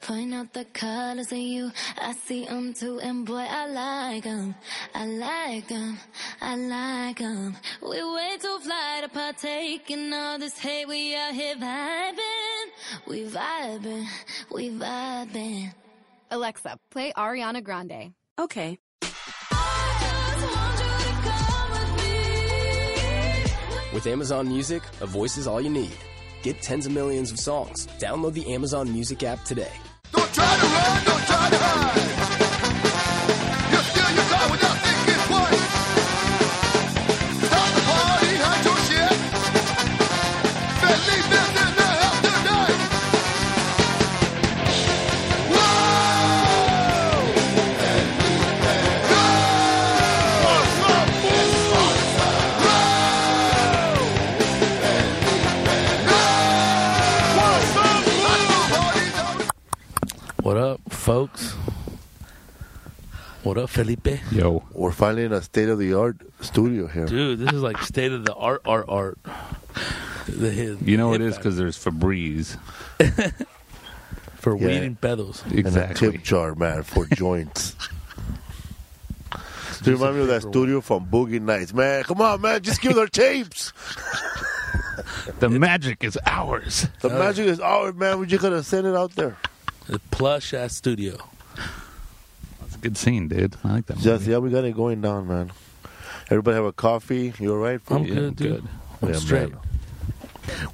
Point out the colors of you, I see 'em too, and boy, I like 'em. I like 'em. I like 'em. We way too fly to partake in all this hate, we out here vibing. We vibing, we vibing. Alexa, play Ariana Grande. Okay. With Amazon Music, a voice is all you need. Get tens of millions of songs. Download the Amazon Music app today. Don't try to run, don't try to hide. You're still your guy without thinking twice. Stop the party, hide your shit. Then leave this in the house tonight. Whoa! What up, folks? What up, Felipe? Yo. We're finally in a state of the art studio here. Dude, this is like state of the art, art, art. The hit, You know hit it is back because there's Febreze. for Yeah. weed and pedals. and a Exactly. tip jar, man, for joints. Do you remind me of that studio from Boogie Nights, man? Come on, man, just give their tapes. The magic is ours. The magic is ours, man. We just gotta send it out there. The plush ass studio. That's a good scene, dude. I like that. Just movie. yeah, we got it going down, man. Everybody have a coffee. You all right? fool? I'm Yeah, good, dude. good. I'm Yeah, straight. man.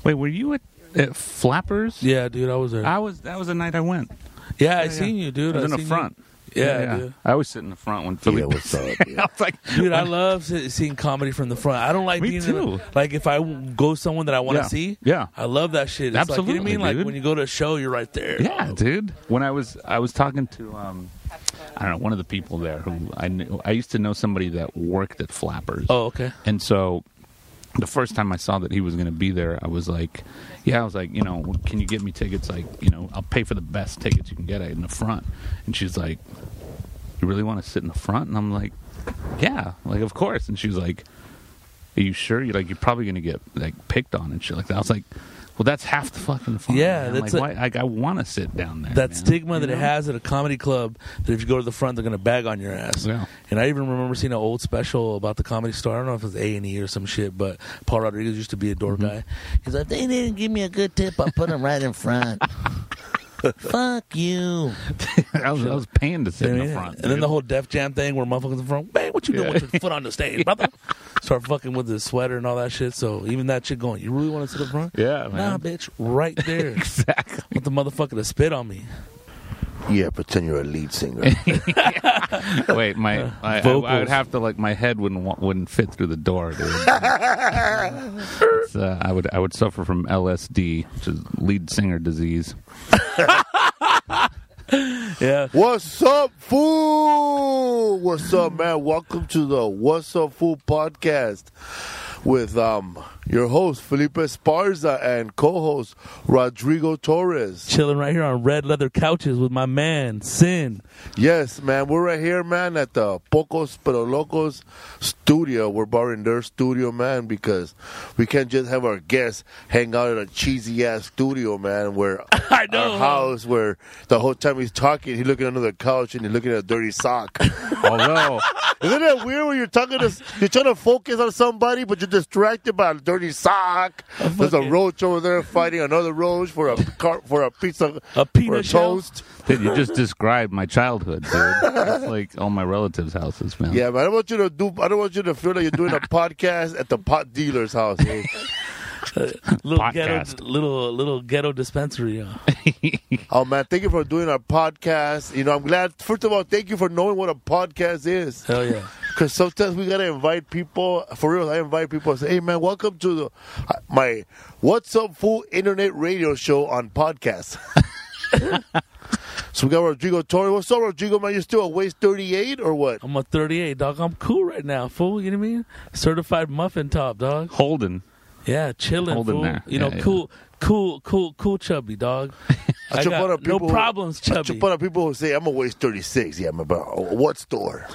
Wait, were you at, at Flappers? Yeah, dude, I was there. I was. That was the night I went. yeah, I yeah. seen you, dude. I was in seen the you. front. Yeah, dude. I always sit in the front when Yeah, Philly. what's up? I Yeah. was like, Dude, I love se- seeing comedy from the front. I don't like Me being in a- too. like if I w- go someone that I want to Yeah. see. Yeah. I love that shit. It's like, you know what I Absolutely, mean? Like dude. when you go to a show, you're right there. Yeah, dude. When I was I was talking to um I don't know one of the people there who I knew I used to know somebody that worked at Flappers. Oh, okay. And so the first time I saw that he was going to be there, I was like, yeah, I was like, you know, can you get me tickets? Like, you know, I'll pay for the best tickets you can get in the front. And she's like, you really want to sit in the front? And I'm like, yeah, like, of course. And she's like, are you sure? You're like, you're probably going to get like picked on and shit like that. I was like, well, that's half the fucking fun. Yeah, man. that's like, a- why- like I want to sit down there. that man. stigma You that it know? has at a comedy club that if you go to the front they're gonna bag on your ass Yeah. and i even remember seeing an old special about the comedy store i don't know if it was a&e or some shit but paul rodriguez used to be a door Mm-hmm. guy he's like they didn't give me a good tip i put them right in front fuck you I was, I was paying to sit You know what I in mean? the front. and then dude. the whole def jam thing where motherfuckers in the front bang what you doing with your foot on the stage brother start fucking with the sweater and all that shit so even that shit going you really want to sit in front Yeah, nah man. bitch right there exactly. want the motherfucker to spit on me yeah, pretend you're a lead singer. Wait, my I, I, I vocals. would have to like my head wouldn't wa- wouldn't fit through the door, dude. It's, uh, I would I would suffer from LSD, which is lead singer disease. yeah What's up, fool? What's up, man? Welcome to the What's Up Fool podcast with um your host Felipe Sparza and co-host Rodrigo Torres. chilling right here on red leather couches with my man Sin. Yes, man, we're right here, man, at the Pocos Pero Locos studio. We're borrowing their studio, man, because we can't just have our guests hang out at a cheesy ass studio, man, where I know. our house where the whole time he's talking, he's looking under the couch and he's looking at a dirty sock. Although Isn't that weird when you're talking to you're trying to focus on somebody, but you're distracted by a dirty sock? There's a fucking- roach over there fighting another roach for a car, for a piece of A for a peanut shell? toast. dude, you just described my childhood, dude. It's like all my relatives' houses, man. Yeah, but I don't want you to do. I don't want you to feel like you're doing a podcast at the pot dealer's house. eh? Little Podcast. ghetto, little little ghetto dispensary. uh. oh man, thank you for doing our podcast. You know, I'm glad. First of all, thank you for knowing what a podcast is. Hell yeah. Because sometimes we gotta invite people. For real, I invite people. and Say, hey man, welcome to the uh, my what's up full internet radio show on podcast. so we got Rodrigo Torres. What's up, Rodrigo? Man, you still a waist 38 or what? I'm a 38 dog. I'm cool right now, fool. You know what I mean? Certified muffin top, dog. Holden. Yeah, chilling, Holding fool. there. You know, Yeah, yeah. cool, cool, cool, cool, chubby dog. I should put got up no people who- problems, Bunch chubby. of people who say I'm a waist 36. Yeah, man, but what store?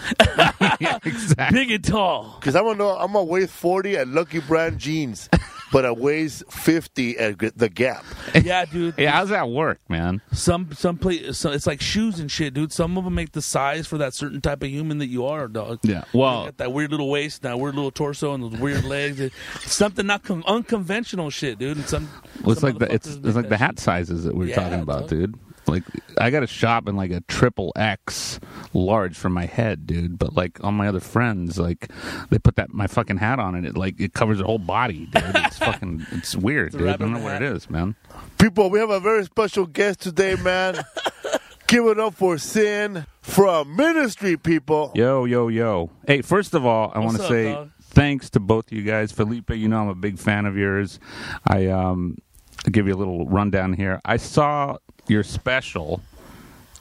yeah, exactly. Big and tall. Because I'm gonna know I'm gonna waist 40 at Lucky Brand jeans. but it weighs 50 at g- the gap. yeah, dude. Yeah, how's that work, man? Some some play. So it's like shoes and shit, dude. Some of them make the size for that certain type of human that you are, dog. Yeah. You Well, got that weird little waist, and that weird little torso, and those weird legs. It's something not com- unconventional, shit, dude. And some. well, it's some like the it's, motherfuckers it's make like the that hat sizes that we were Yeah, talking about, dog. dude. Like I got a shop in like a triple X large for my head, dude. But like all my other friends, like they put that my fucking hat on and it like it covers their whole body, dude. It's fucking it's weird, a dude. I rabbit don't know what hat. it is, man. People, we have a very special guest today, man. Give it up for Sin from Ministry, people. Yo, yo, yo. Hey, first of all, I want to up, say dog? thanks to both you guys. Felipe, you know I'm a big fan of yours. I um I'll give you a little rundown here. I saw your special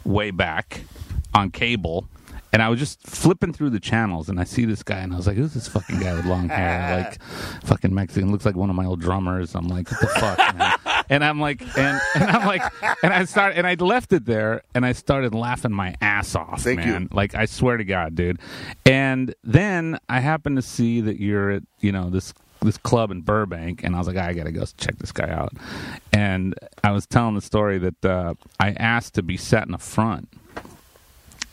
way back on cable. And I was just flipping through the channels, and I see this guy, and I was like, "Who's this fucking guy with long hair? Like, fucking Mexican, looks like one of my old drummers." I'm like, "What the fuck?" Man? And I'm like, and, and I'm like, and I start, and I left it there, and I started laughing my ass off, Thank you. man. Like, I swear to God, dude. And then I happened to see that you're at, you know, this this club in Burbank, and I was like, I gotta go check this guy out. And I was telling the story that uh, I asked to be sat in the front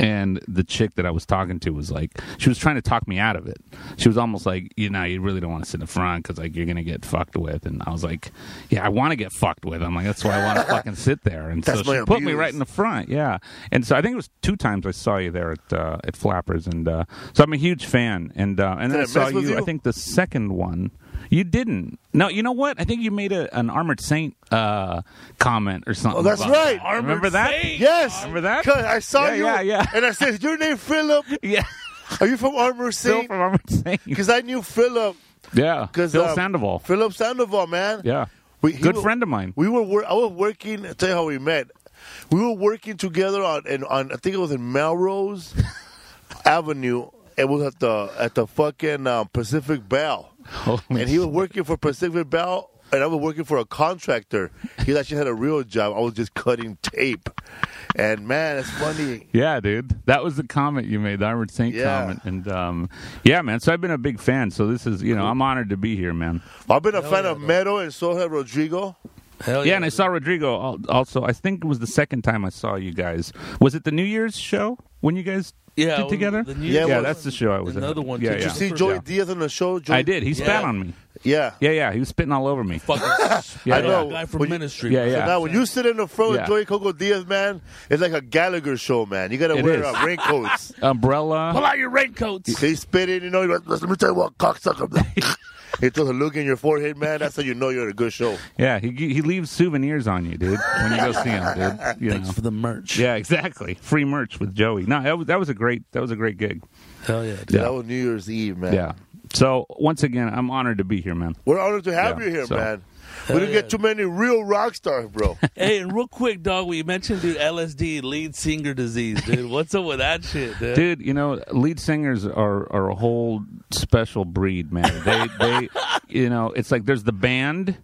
and the chick that I was talking to was like, she was trying to talk me out of it. She was almost like, you know, you really don't want to sit in the front because like you're gonna get fucked with. And I was like, yeah, I want to get fucked with. I'm like, that's why I want to fucking sit there. And so That's she my put me abuse. right in the front, yeah. And so I think it was two times I saw you there at uh, at Flappers, and uh, so I'm a huge fan. And uh, and Did then I I saw mess with you. I you? think the second one. You didn't. No, you know what? I think you made a, an Armored Saint uh, comment or something. Oh, that's about right. that. Remember that? Yes. Remember that? 'Cause I saw Yeah, you. yeah, yeah. And I said, Your name, Philip? Yeah. Are you from Armor Phil Saint? from Armored Saint. Because I knew Philip. Yeah. 'Cause, Phil um, Sandoval. Philip Sandoval, man. Yeah. We- he Good wa- friend of mine. We were. Wor- I was working. I'll tell you how we met. We were working together on and on. I think it was in Melrose Avenue. It was at the at the fucking um, Pacific Bell, Holy and he was working for Pacific Bell, and I was working for a contractor. He actually had a real job. I was just cutting tape, and man, it's funny. Yeah, dude. That was the comment you made, the Armored Saint Yeah. comment. And um, yeah, man. So I've been a big fan. So this is, you know, I'm honored to be here, man. I've been a fan of Mero and so have Rodrigo. Hell yeah, and I saw Rodrigo al- also. I think it was the second time I saw you guys. Was it the New Year's show when you guys Yeah, did when together? the New Yeah, yeah, Year's- that's the show I was Another at. one, Yeah, too. yeah. Did you see Yeah. Joey Diaz on the show? Joey- I did. He spat Yeah. on me. Yeah. Yeah, yeah. He was spitting all over me. Fucking Yeah, I yeah. know. guy from When you- ministry. Yeah, yeah. Now, when you sit in the front with Yeah. Joey Coco Diaz, man, it's like a Gallagher show, man. You gotta It is. wear uh, raincoats. Pull Umbrella. out your raincoats. they spit in, you know. Let, let me tell you what, cocksucker. it does a look in your forehead, man. That's how you know you're at a good show. Yeah, he he leaves souvenirs on you, dude. When you go see him, dude. You Thanks know. for the merch. Yeah, exactly. Free merch with Joey. No, that was that was a great that was a great gig. Hell yeah. dude. Yeah. That was New Year's Eve, man. Yeah. So once again, I'm honored to be here, man. We're honored to have Yeah, you here, so- man. We didn't yeah. get too many real rock stars, bro. Hey, and real quick, dog, we mentioned, dude, LSD, lead singer disease, dude. What's up with that shit, dude? Dude, you know, lead singers are are a whole special breed, man. They they you know, it's like there's the band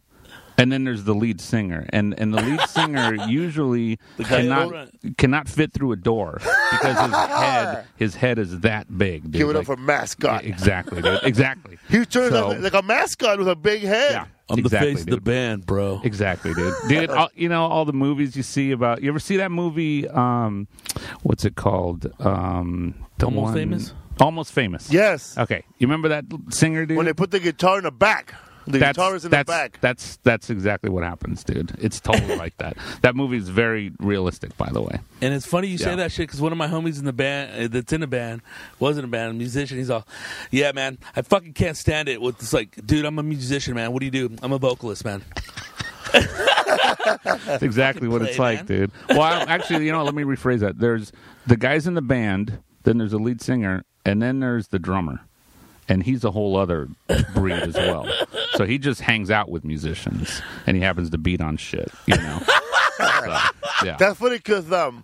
and then there's the lead singer. And and the lead singer usually guy cannot cannot fit through a door because his head his head is that big, dude. Give it up Like- for mascot. Exactly, dude. Exactly. He turns So- out like a mascot with a big head. Yeah. I'm exactly, the face dude. of the band, bro. Exactly, dude. Dude, all, you know all the movies you see about. You ever see that movie? Um, what's it called? Um, the Almost one- Famous? Almost famous. Yes. Okay. You remember that singer, dude? When they put the guitar in the back, the that's, guitar is in that's, the back. That's that's exactly what happens, dude. It's totally like that. That movie is very realistic, by the way. And it's funny you say Yeah. that shit because one of my homies in the band, uh, that's in a band, was in a band, a musician. He's all, yeah, man, I fucking can't stand it. With it's like, dude, I'm a musician, man. What do you do? I'm a vocalist, man. That's exactly what it's play, like, man. dude. Well, I, actually, you know, what, let me rephrase that. There's the guys in the band, then there's the lead singer, and then there's the drummer, and he's a whole other breed as well. So he just hangs out with musicians, and he happens to beat on shit, you know. So, yeah. That's funny because um,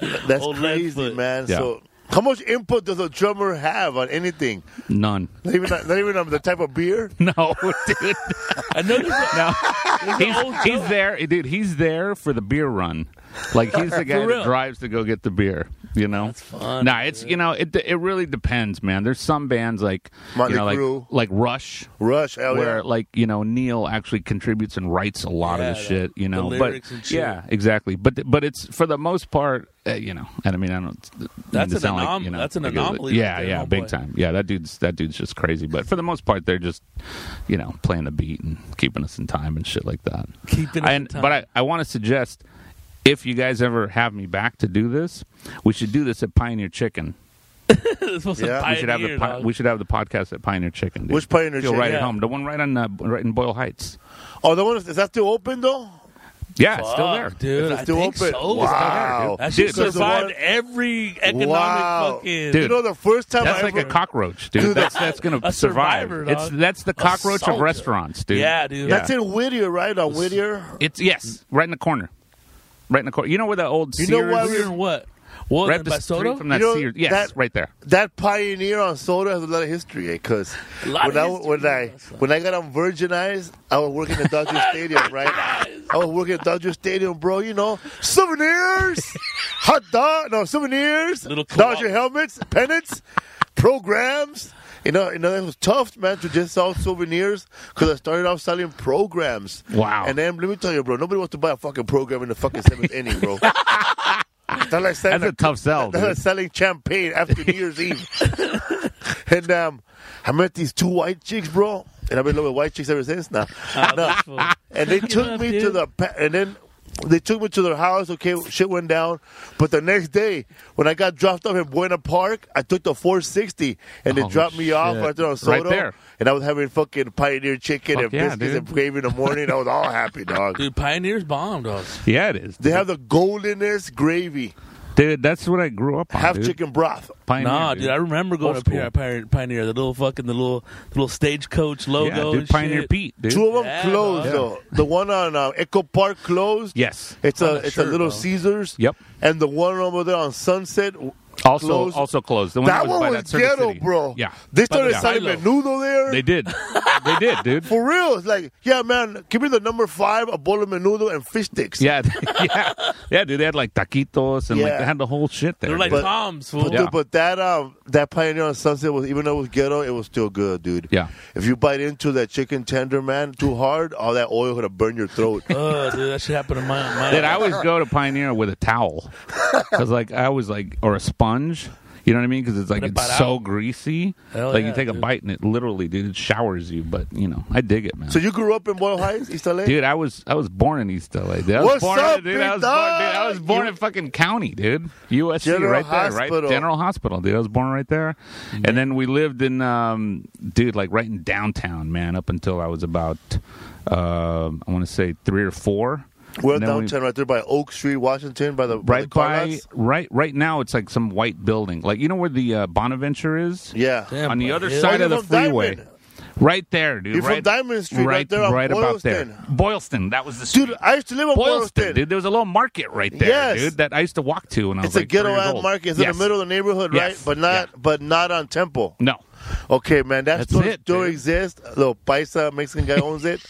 that's Old crazy, Lightfoot. man. Yeah. So, how much input does a drummer have on anything? None. Not even, not even on the type of beer. No, dude. I know. No. He's, he's there, dude. He's there for the beer run. Like he's the guy real. that drives to go get the beer. You know, that's fun, Nah, it's you know it it really depends, man. There's some bands like Motley you know, like Crue. like Rush. Rush, Oh, hell where yeah. like you know Neil actually contributes and writes a lot Yeah, of the the- shit, you the know. lyrics but and shit. yeah, exactly. But th- but it's for the most part, uh, you know. And I mean, I don't. I mean, That's to an sound anom- that's an like a- anomaly Yeah, right there, yeah, homeboy. big time. Yeah, that dude's that dude's just crazy. But for the most part, they're just you know playing the beat and keeping us in time and shit like that. Keeping us in And- time. But I I want to suggest if you guys ever have me back to do this, we should do this at Pioneer Chicken. This was Yeah, a we should have the pioneer, po- dog. we should have the podcast at Pioneer Chicken. Dude. Which Pioneer Feel Chicken? right at Yeah. home. The one right on uh, right in Boyle Heights. Oh, the one is that still open though? Yeah, it's still Fuck, there. dude. It's I still think open. so. Wow, That Dude, shit there's a survived lot- every economic Wow. fucking. Dude, You know, the first time That's I like ever, a cockroach, dude. Dude, that's that's gonna a survive. survivor, it's dog. that's the cockroach of soldier. restaurants, dude. Yeah, dude. that's in Whittier, right? On Whittier. It's yes, right in the corner, right in the corner. You know where the old You know Sears, why We're in what? What right up in the street Basoto? from that You know, Sears. Yes, that- right there. That pioneer on soda has a lot of history because when lot of I history when I when I got on Virgin Eyes, I was working at Dodger Stadium, right? I was working at Dodger Stadium, bro. You know, souvenirs, hot dog, no souvenirs, Little co-op. Dodger helmets, pennants, programs. You know, you know, it was tough, man, to just sell souvenirs because I started off selling programs. Wow. And then let me tell you, bro, nobody wants to buy a fucking program in the fucking seventh inning, bro. That's like selling That's a tough sell, they were dude. selling champagne after New Year's Eve. and um, I met these two white chicks, bro. And I've been loving white chicks ever since now. No. And they took up, me to dude. the pa- and then they took me to their house. Okay, shit went down. But the next day, when I got dropped off in Buena Park, I took the 460 and Oh, they dropped me off shit. right there on Right Soto. there. And I was having fucking pioneer chicken Fuck and yeah, biscuits dude. and gravy in the morning. I was all happy, dog. Dude, Pioneer's bomb, dog. Yeah, it is, They have the goldenest gravy, dude. That's what I grew up on. half dude. chicken broth. Pioneer, nah, dude, I remember going Old to Pioneer, Pioneer, Pioneer, the little fucking the little the little stagecoach yeah, logo. dude, and Pioneer shit. Pete, dude. Two of them Yeah, closed dog. though. The one on uh, Echo Park closed. Yes. It's On a that it's a shirt, little bro. Caesars. Yep. And the one over there on Sunset. Also, closed. also closed. The one that was by one that was Circuit ghetto, City. bro. Yeah, They started yeah. selling Hilo. menudo there. They did. they did, dude. For real, it's like, yeah, man, give me the number five, a bowl of menudo and fish sticks. Yeah, yeah, yeah, dude. They had like taquitos and like Yeah. they had the whole shit there. They're like dude. Tom's fool. But, dude, Yeah. but that um that pioneer on Sunset was even though it was ghetto, it was still good, dude. Yeah. If you bite into that chicken tender man too hard, all that oil gonna burn your throat. Oh, dude, that shit happened to my. my Did I always go to Pioneer with a towel? Because like I was like, or a sponge. You know what I mean? Because it's like What about it's so greasy. Hell like you yeah, take a dude. bite and it literally, dude, it showers you. But you know, I dig it, man. so you grew up in Boyle Heights, East LA? dude, I was I was born in East LA. Dude. I was What's born, up, dude? big I was born, dude, I dog? was born in fucking county, dude. USC, General right there, right? Hospital. General Hospital, dude. I was born right there, and then we lived in, um, dude, like right in downtown, man, up until I was about, uh, I want to say three or four. We're And then we- downtown right there by Oak Street, Washington, by the by the right car by lots. right right now it's like some white building like you know where the uh, bonaventure is Yeah. Damn, on the bro. other Yeah. side Oh, of the you're from freeway Diamond. right there dude You're from right, Diamond Street, right there on right about there Boylston. boylston that was the street. Dude, I used to live on Boylston, Boylston. dude. There was a little market right there, Yes. dude, that I used to walk to when I was It's like a ghetto three years ass old. market. It's in Yes. the middle of the neighborhood, right? Yes. But not Yeah. but not on Temple. No, Okay, man, that That's store it, still dude. exists. Little paisa Mexican guy owns it.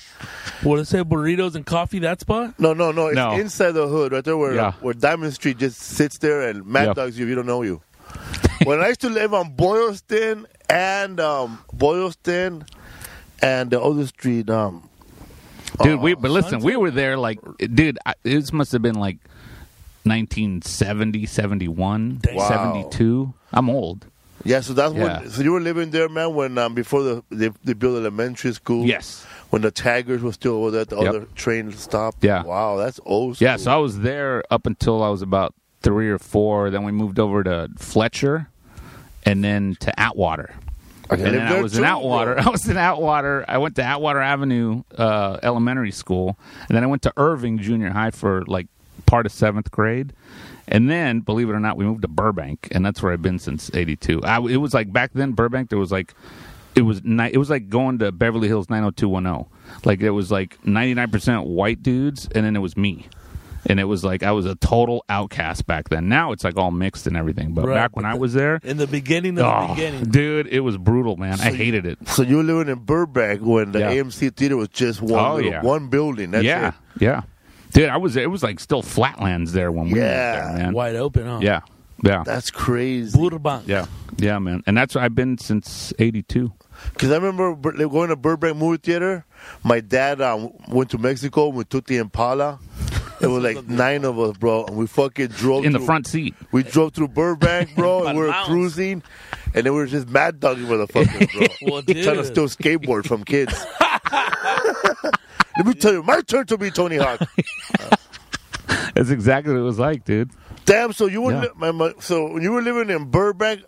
What they say, burritos and coffee? That spot? No, no, no. It's No. inside the hood, right there where Yeah. where Diamond Street just sits there and mad Yep. dogs you if you don't know you. when I used to live on Boylston and um, Boylston and the other street, um, dude. Oh, we but listen, we were there like, dude. I, this must have been like 1970, 71, Wow. 72. I'm old. yeah. So that's Yeah. when. So you were living there, man, when um, before the they, they built elementary school. Yes. when the Tigers were still over there at the Yep. other train stop. Yeah. Wow, that's old school. Yeah, so I was there up until I was about three or four. Then we moved over to Fletcher, and then to Atwater. Okay, I and then lived I there was too, in bro. Atwater. I was in Atwater. I went to Atwater Avenue uh, Elementary School, and then I went to Irving Junior High for like part of seventh grade. And then, believe it or not, we moved to Burbank, and that's where I've been since '82. I, it was like back then, Burbank. There was like it was ni- it was like going to Beverly Hills 90210. Like it was like 99% white dudes, and then it was me. And it was like I was a total outcast back then. Now it's like all mixed and everything. But Right, back when but I the- was there, In the beginning of the oh, beginning. dude, it was brutal, man. I hated it. So you were living in Burbank when the Yeah. AMC theater was just one Oh, little- yeah. one building. That's yeah, it. yeah. Dude, I was it was like still flatlands there when we Yeah. went there, man. Wide open, huh? Yeah. Yeah. That's crazy. Burbank. Yeah. Yeah, man. And that's where I've been since 82. Because I remember Bur- they were going to Burbank Movie Theater. My dad um, went to Mexico with Tutti Impala. It was like nine of us, bro, and we fucking drove In the through- front seat. We drove through Burbank, bro, and we were Balance. cruising, and then we were just mad dogging motherfuckers, bro, Well, trying to dude. steal skateboard from kids. Let me tell you, my turn to be Tony Hawk. That's exactly what it was like, dude. Damn, so you were Yeah. li- my, my, so when you were living in Burbank,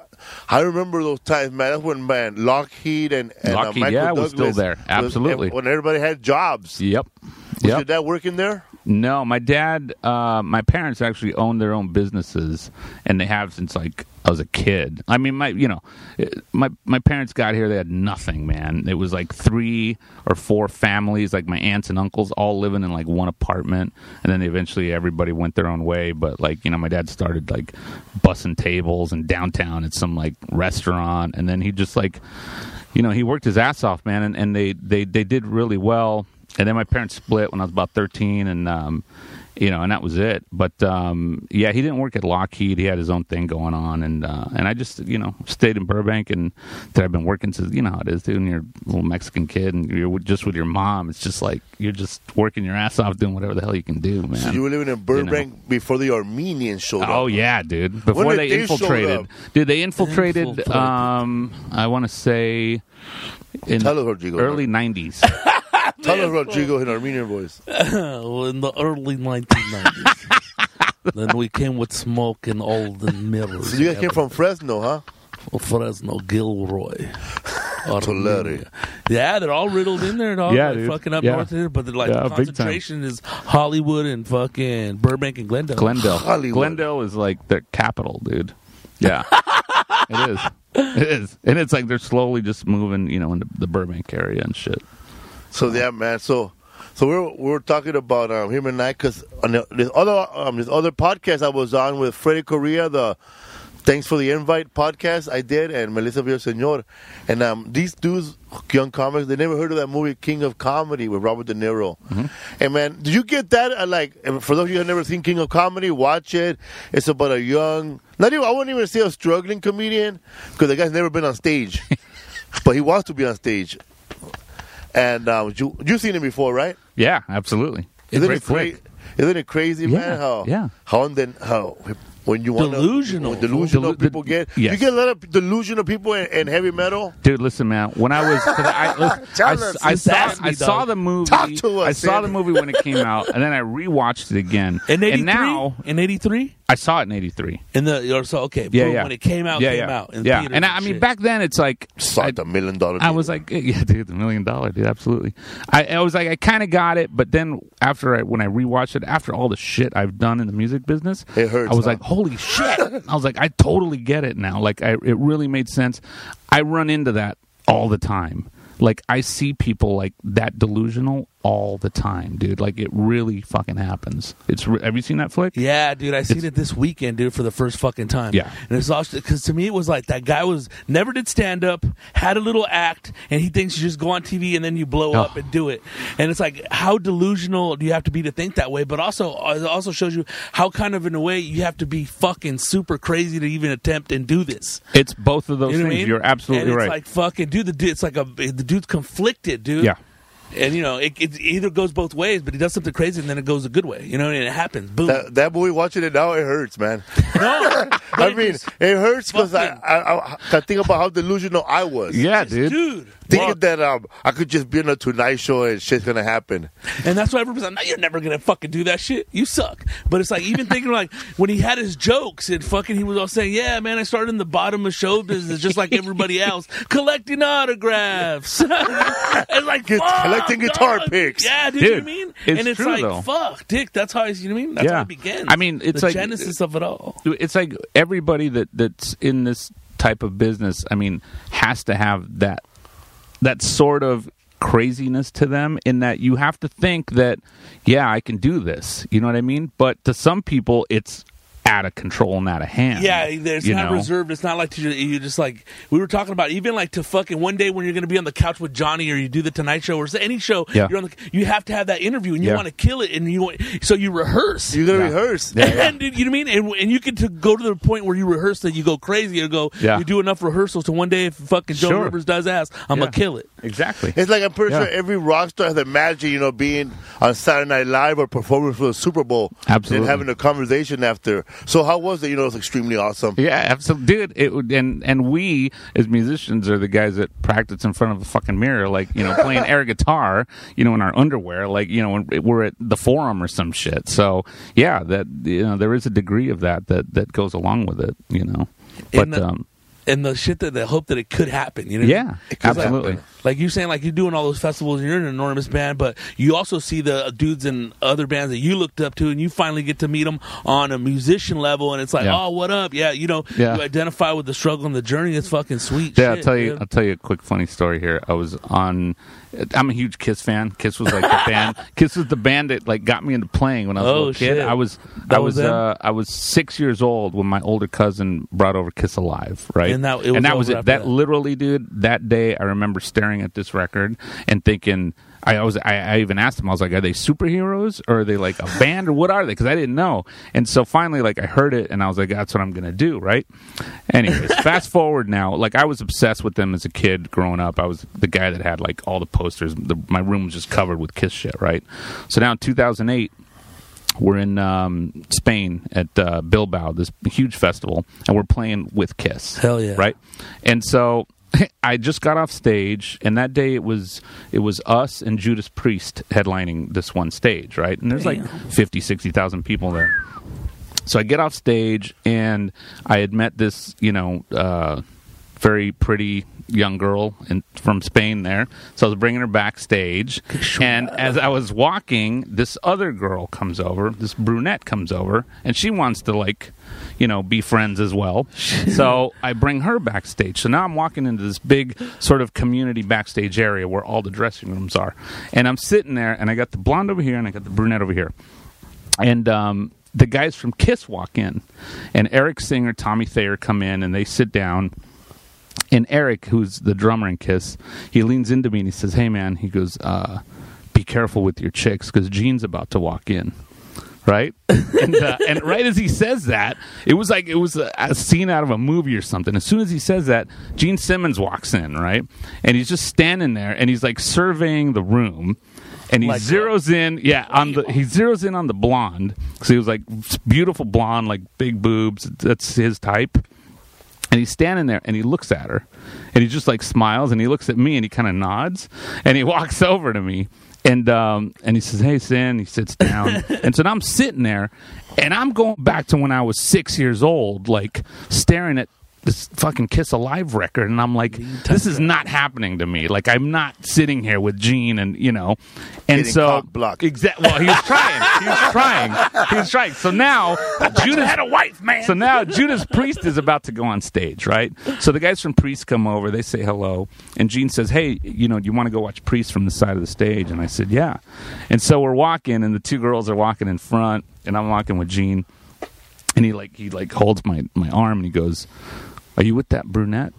I remember those times, man. That's when man Lockheed and, and uh, Lockheed, Michael yeah, Douglas was still there. was- Absolutely. when everybody had jobs. Yep. Was yep. your dad working there? No, my dad, uh, my parents actually own their own businesses, and they have since like I was a kid. I mean, my you know, it- my my parents got here, they had nothing, man. It was like three or four families, like my aunts and uncles, all living in like one apartment, and then eventually everybody went their own way. But like you know, my dad started like bussing tables in downtown at some like restaurant, and then he just like you know, he worked his ass off, man, and, and they, they, they did really well. And then my parents split when I was about 13, and, um, you know, and that was it. But, um, yeah, he didn't work at Lockheed. He had his own thing going on. And, uh, and I just, you know, stayed in Burbank and that I've been working since, you know how it is, dude, and you're a little Mexican kid and you're with- just with your mom. It's just like, you're just working your ass off doing whatever the hell you can do, man. So you were living in Burbank before the Armenians showed up. Oh yeah, dude. Before did they, they show up? infiltrated, dude, they infiltrated. Infiltrated. Um, I want to say in Tell us, Rodrigo. early '90s. Tell us Rodrigo in Armenian voice. Well, in the early 1990s. then we came with smoke and all the mirrors. So you guys came from Fresno, huh? Fresno, Gilroy. Mm. Tulare. Yeah, they're all riddled in there, dog. Yeah, like, dude. fucking up Yeah. north here, but they're like Yeah, the big time. concentration is Hollywood and fucking Burbank and Glendale. Glendale. Hollywood. Glendale is like the capital, dude. Yeah, it is. It is, and it's like they're slowly just moving, you know, into the Burbank area and shit. So yeah, man. So so we're we're talking about um, him and I because on the, this other um, this other podcast I was on with Freddy Correa, the Thanks for the invite podcast I did, and Melissa Villaseñor, and um, these dudes, young comics, they never heard of that movie King of Comedy with Robert De Niro. And man, did you get that? Uh, like, and for those of you who have never seen King of Comedy, watch it. It's about a young, not even I wouldn't even say a struggling comedian because the guy's never been on stage, but he wants to be on stage. And um, you you've seen it before, right? Yeah, absolutely. Isn't Great it crazy? flick. Isn't it crazy, Yeah, man? How yeah. how and then how when you want Delusional. delusional Delu- people get yes. you get a lot of delusional people in, in heavy metal. Dude, listen, man. When I was, 'cause I, listen, Tell I, us. I Just saw, ask me, I saw dog. the movie. Talk to us, I saw the Andy. movie when it came out, and then I rewatched it again. In 83? and now in 83? I saw it in '83. In the, or so, okay. Yeah, boom, yeah. When it came out, yeah, came yeah. out. In yeah, theaters and I, I and mean, shit. back then it's like Saw I- the million dollar. I was like, yeah, dude, the million dollar, dude, absolutely. I, I was like, I kind of got it, but then after I when I rewatched it, after all the shit I've done in the music business, It hurts, I was huh? like, holy shit! I was like, I totally get it now. Like, I it really made sense. I run into that all the time. Like, I see people like that delusional all the time, dude. Like, it really fucking happens. It's re- have you seen that flick? Yeah, dude, I seen it this weekend, dude, for the first fucking time. Yeah. and it's also because to me it was like that guy was never did stand up, had a little act, and he thinks you just go on TV and then you blow Oh. up and do it. And it's like how delusional do you have to be to think that way? But also, it also shows you how kind of in a way you have to be fucking super crazy to even attempt and do this. It's both of those You know what I things. mean? You're absolutely and it's right. Like fucking dude, the dude, it's like a the dude's conflicted, dude. Yeah. And you know, it, it either goes both ways, but he does something crazy and then it goes a good way. You know, and it happens. Boom. that, that movie. Watching it now, it hurts, man. no, I mean, it hurts because I, fucking- I, I I think about how delusional I was. yeah, dude. thinking Fuck. that um I could just be on a Tonight Show and shit's gonna happen. And that's why everybody's like, no, you're never going to fucking do that shit. You suck. But it's like, even thinking like when he had his jokes and fucking, he was all saying, yeah, man, I started in the bottom of show business just like everybody else, collecting autographs. it's like, Get- fuck, collecting guitar dog. picks. Yeah, dude, Dude, you know what I mean? it's and it's true, like, though. fuck, dick, that's how it's, you know what I mean? That's how Yeah. it begins. I mean, it's the like- genesis of it all. it's like everybody that that's in this type of business i mean has to have that that sort of craziness to them in that you have to think that yeah i can do this you know what i mean but to some people it's out of control and out of hand. Yeah, it's you not know? reserved. It's not like to, you just like we were talking about. Even like to fucking one day when you're going to be on the couch with Johnny or you do the Tonight Show or any show, Yeah. you're on the, you have to have that interview and you Yeah. want to kill it and you want so you rehearse. You're gonna Yeah. rehearse. Yeah, yeah. and you know what I mean, and, and you get to go to the point where you rehearse that you go crazy or go, Yeah. you do enough rehearsals to one day if fucking Joe Sure. Rivers does ass, I'm Yeah. gonna kill it. Exactly. It's like I'm pretty Yeah. sure every rock star has imagined, you know, being on Saturday Night Live or performing for the Super Bowl. Absolutely. And having a conversation after. So how was it? You know, it's extremely awesome. Yeah, absolutely, dude. It would, and and we as musicians are the guys that practice in front of a fucking mirror, like you know, playing air guitar, you know, in our underwear, like you know, when we're at the forum or some shit. So yeah, that you know, there is a degree of that that that goes along with it, you know. But And the- um, And the shit that the hope that it could happen, you know? yeah, Because, like- absolutely. Like, you're saying, like you're doing all those festivals and you're an enormous band, but you also see the dudes in other bands that you looked up to and you finally get to meet them on a musician level and it's like, Yeah. oh, what up? Yeah, you know, Yeah. you identify with the struggle and the journey. It's fucking sweet. Yeah, shit, I'll tell you. dude. I'll tell you a quick funny story here. I was on. I'm a huge Kiss fan. Kiss was like the band. Kiss was the band that like got me into playing when I was Oh, a little kid. shit. I was. That I was was. them? uh, I was six years old when my older cousin brought over Kiss Alive. Right. And that- it was and that over was it. after That, that. literally, dude. That day, I remember staring at this record and thinking. I was. I, I even asked him. I was like, "Are they superheroes or are they like a band or what are they?" Because I didn't know. And so finally, like, I heard it and I was like, "That's what I'm gonna do." Right. Anyways, fast forward now. Like I was obsessed with them as a kid growing up. I was the guy that had like all the posters. The, my room was just covered with Kiss shit, right? So now in 2008, we're in um, Spain at uh, Bilbao, this huge festival, and we're playing with Kiss. Hell yeah. Right? And so I just got off stage, and that day it was it was us and Judas Priest headlining this one stage, right? And there's like 50, 60,000 people there. So I get off stage, and I had met this, you know, uh, very pretty young girl in, from Spain there. So I was bringing her backstage, and as I was walking, this other girl comes over, this brunette comes over, and she wants to like, you know, be friends as well. so I bring her backstage. So now I'm walking into this big sort of community backstage area where all the dressing rooms are, and I'm sitting there, and I got the blonde over here, and I got the brunette over here and um, the guys from Kiss walk in, and Eric Singer, Tommy Thayer come in, and they sit down. And Eric, who's the drummer in Kiss, he leans into me and he says, "Hey, man," he goes, uh, "Be careful with your chicks because Gene's about to walk in." Right, and, uh, and right as he says that, it was like it was a, a scene out of a movie or something. As soon as he says that, Gene Simmons walks in, right, and he's just standing there and he's like surveying the room, and he Like, uh, zeroes zeroes in, yeah, on the he zeroes in on the blonde. So he was like beautiful blonde, like big boobs. That's his type. And he's standing there and he looks at her and he just like smiles and he looks at me and he kind of nods and he walks over to me and um, and he says, "Hey, Sin." He sits down and so now I'm sitting there and I'm going back to when I was six years old, like staring at this fucking Kiss Alive record, and I'm like, this is not happening to me. Like I'm not sitting here with Gene and you know, and Getting so cock blocked. Exactly. Well, he was trying. he was trying. He was trying. So now Judas had a wife, man. So now Judas Priest is about to go on stage, right? So the guys from Priest come over. They say hello, and Gene says, "Hey, you know, do you want to go watch Priest from the side of the stage?" And I said, "Yeah." And so we're walking, and the two girls are walking in front, and I'm walking with Gene, and he like he like holds my my arm, and he goes, "Are you with that brunette?"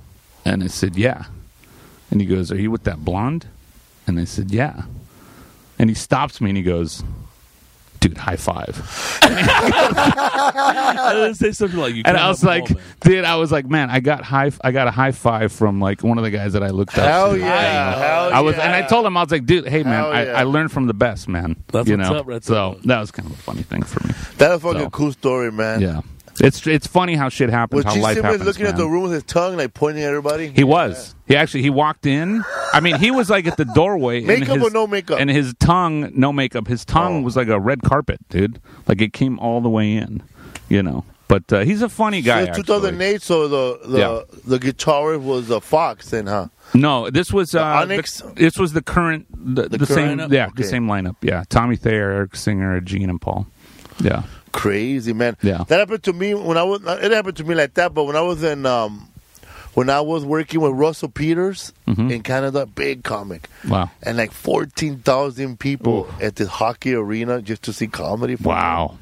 And I said, "Yeah." And he goes, "Are you with that blonde?" And I said, "Yeah." And he stops me and he goes, "Dude, high five. I was gonna say something like you. And can't I help was them like, all, man. "Dude, I was like, man, I got high. I got a high five from like one of the guys that I looked up. Hell to. yeah. Hell I was, yeah. and I told him, I was like, dude, hey man, Hell I, yeah. I learned from the best, man. That's you what's know, up right so there. that was kind of a funny thing for me. That's a fucking So. cool story, man. Yeah, it's it's funny how shit happens, Was how Gene life Simmons happens. looking at man. the room with his tongue, like pointing at everybody? He was. He actually he walked in. I mean, he was like at the doorway. and Makeup his- or no makeup? And his tongue, no makeup. His tongue Oh. was like a red carpet, dude. Like it came all the way in, you know. But uh, he's a funny guy. Since actually. 2008, so the the, Yeah. the guitarist was a fox, then, huh? No, this was uh, Onyx? the- this was the current the, the, The same current yeah lineup? the Okay. same lineup yeah Tommy Thayer, Eric Singer, Gene, and Paul. Yeah, Crazy, man. Yeah. That happened to me when I was, it happened to me like that, but when I was in, um, when I was working with Russell Peters in Canada, big comic. Mm-hmm. wow, and like 14,000 people at the hockey arena just to see comedy. from wow. him,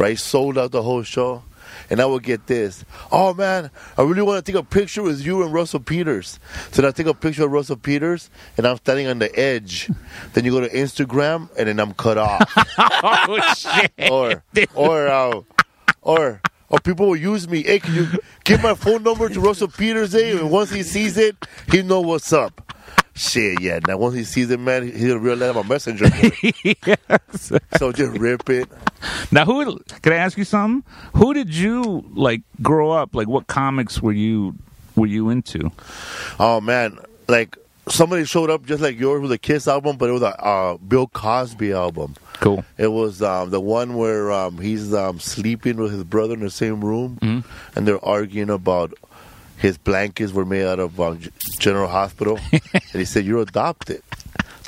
Right? Sold out the whole show. and I would get this. Oh man, I really want to take a picture with you and Russell Peters. So then I take a picture of Russell Peters, and I'm standing on the edge. then you go to Instagram, and then I'm cut off. oh shit! or or uh, or or people will use me. Hey, can you give my phone number to Russell Peters? Eh? And once he sees it, he know what's up. Shit, yeah. Now once he sees it, man, he'll realize I'm a messenger. boy. So just rip it. Now, who? Can I ask you something? Who did you like grow up? Like, what comics were you were you into? Oh man, like somebody showed up just like yours with a Kiss album, but it was a uh, Bill Cosby album. Cool. It was um, the one where um, he's um, sleeping with his brother in the same room, Mm-hmm. and they're arguing about his blankets were made out of um, G- General Hospital, and he said, "You're adopted.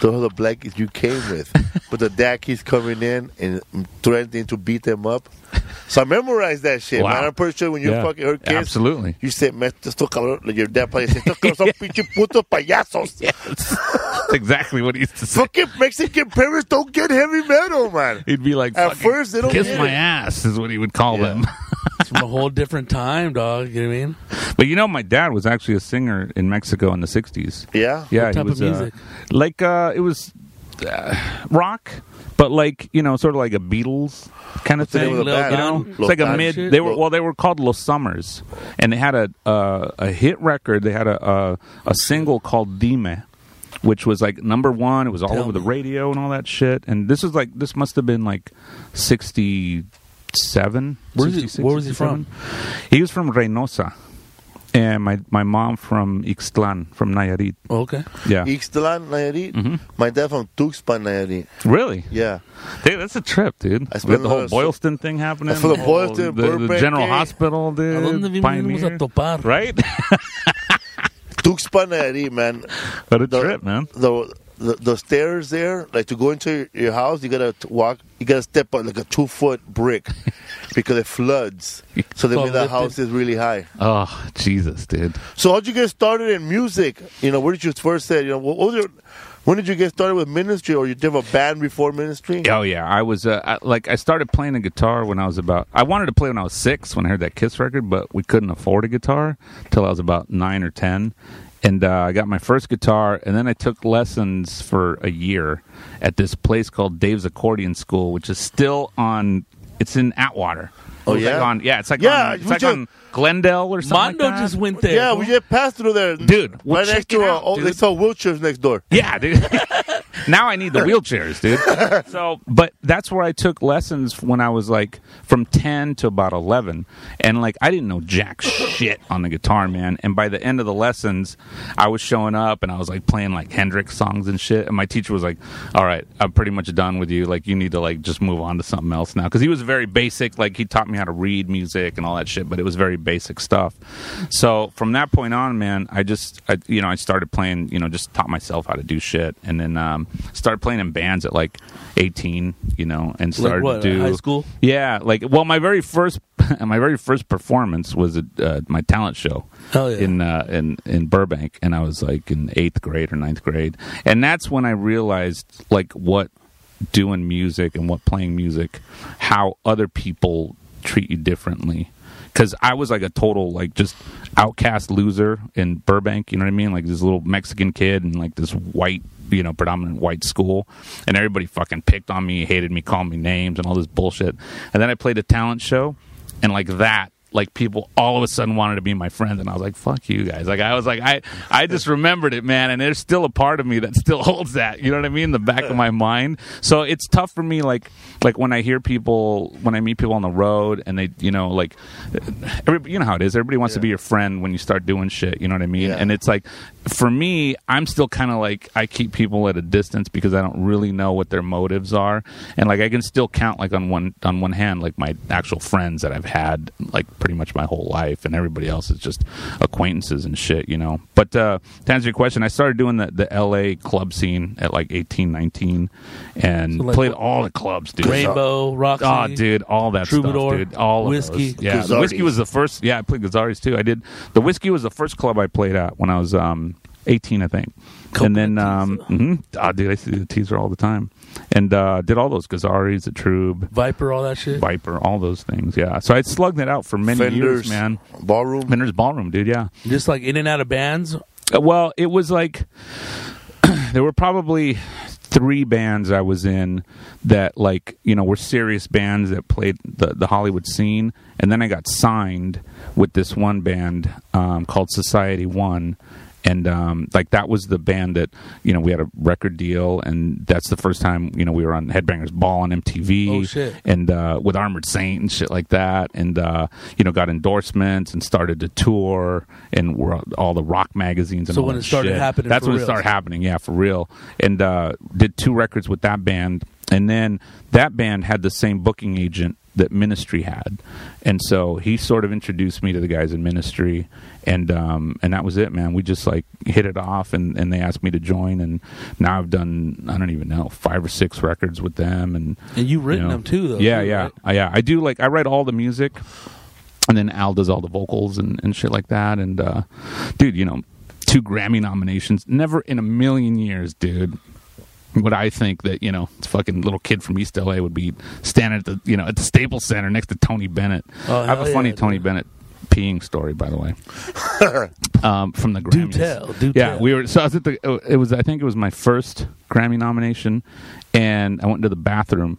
Those are the blankets you came with." But the dad keeps coming in and threatening to beat them up. So I memorized that shit, Wow. man. I'm pretty sure when you Yeah. fucking heard Kiss, Absolutely. you said, "Man, estos cabrones," like your dad probably said, "Estos cabrones son pinche putos payasos." That's exactly what he used to say. Fucking Mexican parents don't get heavy metal, man. He'd be like, At "Fucking first, they don't kiss get my it." ass," is what he would call Yeah. them. It's from a whole different time, dog. You know what I mean? But you know, my dad was actually a singer in Mexico in the '60s. Yeah. Yeah, What he type was, of uh, music? like uh, it was uh, rock, but like you know, sort of like a Beatles kind of the name thing. of the you band? know? Los it's like a Tan- mid. shit? They were Lo- well, they were called Los Summers, and they had a uh, a hit record. They had a a, a single called Dime. Which was like number one. It was all Tell over the me. radio and all that shit. And this was like this must have been like sixty seven. Where is he- where was he from? He was from Reynosa, and my my mom from Ixtlan, from Nayarit. Oh, Okay. Yeah, Mm-hmm. Ixtalan, Nayarit. My dad from Tuxpan, Nayarit. Really? Yeah. Dude, that's a trip, dude. I I spent got the whole another- Boylston thing happening. I feel the whole- Boylston, the, the Burbank, General eh? Hospital, ¿A dónde dude. vinimos a Pioneer. topar? Right? Tuxpan, Nayarit, man. what a The- trip, man. The, the the stairs there, like to go into your house, you gotta t- walk. You gotta step on like a two foot brick because it floods. So that means the Flooded. house is really high. Oh, Jesus, dude. So how'd you get started in music? You know, where did you first say? You know, what was your? When did you get started with ministry, or you did a band before ministry? Oh, yeah. I was, uh, I, like, I started playing the guitar when I was about, I wanted to play when I was six when I heard that Kiss record, but we couldn't afford a guitar till I was about nine or 10. And uh, I got my first guitar, and then I took lessons for a year at this place called Dave's Accordion School, which is still on, it's in Atwater. Oh, It was like yeah? on- yeah, it's like Yeah, on, it's we like just- on Glendale or something. Mondo like that. just went there. Yeah, we just passed through there, Dude, well, right check next to it a, out, oh, they dude. saw wheelchairs next door. Yeah, dude. now I need the wheelchairs, dude. So, but that's where I took lessons when I was like from 10 to about 11. And like I didn't know jack shit on the guitar, man. And by the end of the lessons, I was showing up and I was like playing like Hendrix songs and shit. And my teacher was like, "All right, I'm pretty much done with you. Like you need to like just move on to something else now." Cuz he was very basic, like he taught me how to read music and all that shit, but it was very basic stuff. So, from that point on, man, I just I, you know, I started playing, you know, just taught myself how to do shit and then um started playing in bands at like 18, you know, and Like started what, to do high school? yeah, like well, my very first my very first performance was at uh, my talent show Hell yeah. in uh, in in Burbank, and I was like in eighth grade or ninth grade, and that's when I realized like what doing music and what playing music, how other people treat you differently. Cause I was like a total like just outcast loser in Burbank, you know what I mean? Like this little Mexican kid and like this white you know, predominant white school, and everybody fucking picked on me, hated me, called me names, and all this bullshit. And then I played a talent show, and like that, like people all of a sudden wanted to be my friends, and I was like, "Fuck you guys!" Like I was like, I I just remembered it, man, and there's still a part of me that still holds that. You know what I mean? In the back of my mind. So it's tough for me, like like when I hear people, when I meet people on the road, and they, you know, like, everybody, you know how it is. Everybody wants to be your friend when you start doing shit. You know what I mean? Yeah. And it's like for me, I'm still kind of like I keep people at a distance because I don't really know what their motives are, and like I can still count like on one on one hand like my actual friends that I've had like pretty much my whole life, and everybody else is just acquaintances and shit, you know. But uh, to answer your question, I started doing the the L.A. club scene at like 18, 19, and So, like, played all the clubs, dude. Rainbow, Roxy. Oh, dude, all that Troubadour, stuff, dude. All of Whiskey. those. Yeah, the Gazardi's. whiskey was the first. Yeah, I played Gazari's too. I did. The whiskey was the first club I played at when I was um 18, I think. and then, um, mhm. Ah, dude, I see the teaser all the time. And uh, did all those Gazaris, the Troob, Viper, all that shit. Viper, all those things. Yeah. So I slugged that out for many years, Fenders, man. Ballroom. Fender's Ballroom, dude. Yeah. Just like in and out of bands. Uh, Well, it was like there were probably three bands I was in that like you know were serious bands that played the the Hollywood scene, and then I got signed with this one band um, called Society One. And um, like that was the band that you know we had a record deal, and that's the first time you know we were on Headbangers Ball on MTV, Oh, shit. and uh, with Armored Saint and shit like that, and uh, you know got endorsements and started to tour, and were all the rock magazines and So all when that it started shit. happening That's for when it real. started happening, yeah, for real. And uh, did two records with that band, and then that band had the same booking agent that Ministry had, and so he sort of introduced me to the guys in Ministry, and um, and that was it, man. We just like hit it off, and, and they asked me to join, and now I've done I don't even know five or six records with them, and And you've written you know. them too, though. Yeah, too, yeah, right? Uh, yeah. I do like I write all the music, and then Al does all the vocals and, and shit like that. And uh, dude, you know, two Grammy nominations. Never in a million years, dude. Would I think that you know, this fucking little kid from East LA would be standing at the you know at the Staples Center next to Tony Bennett. Oh, I have hell a funny yeah, Tony dude. Bennett peeing story, by the way, um, from the Grammys. Do tell, do yeah, tell. we were. So I was at the. It was. I think it was my first Grammy nomination, and I went into the bathroom,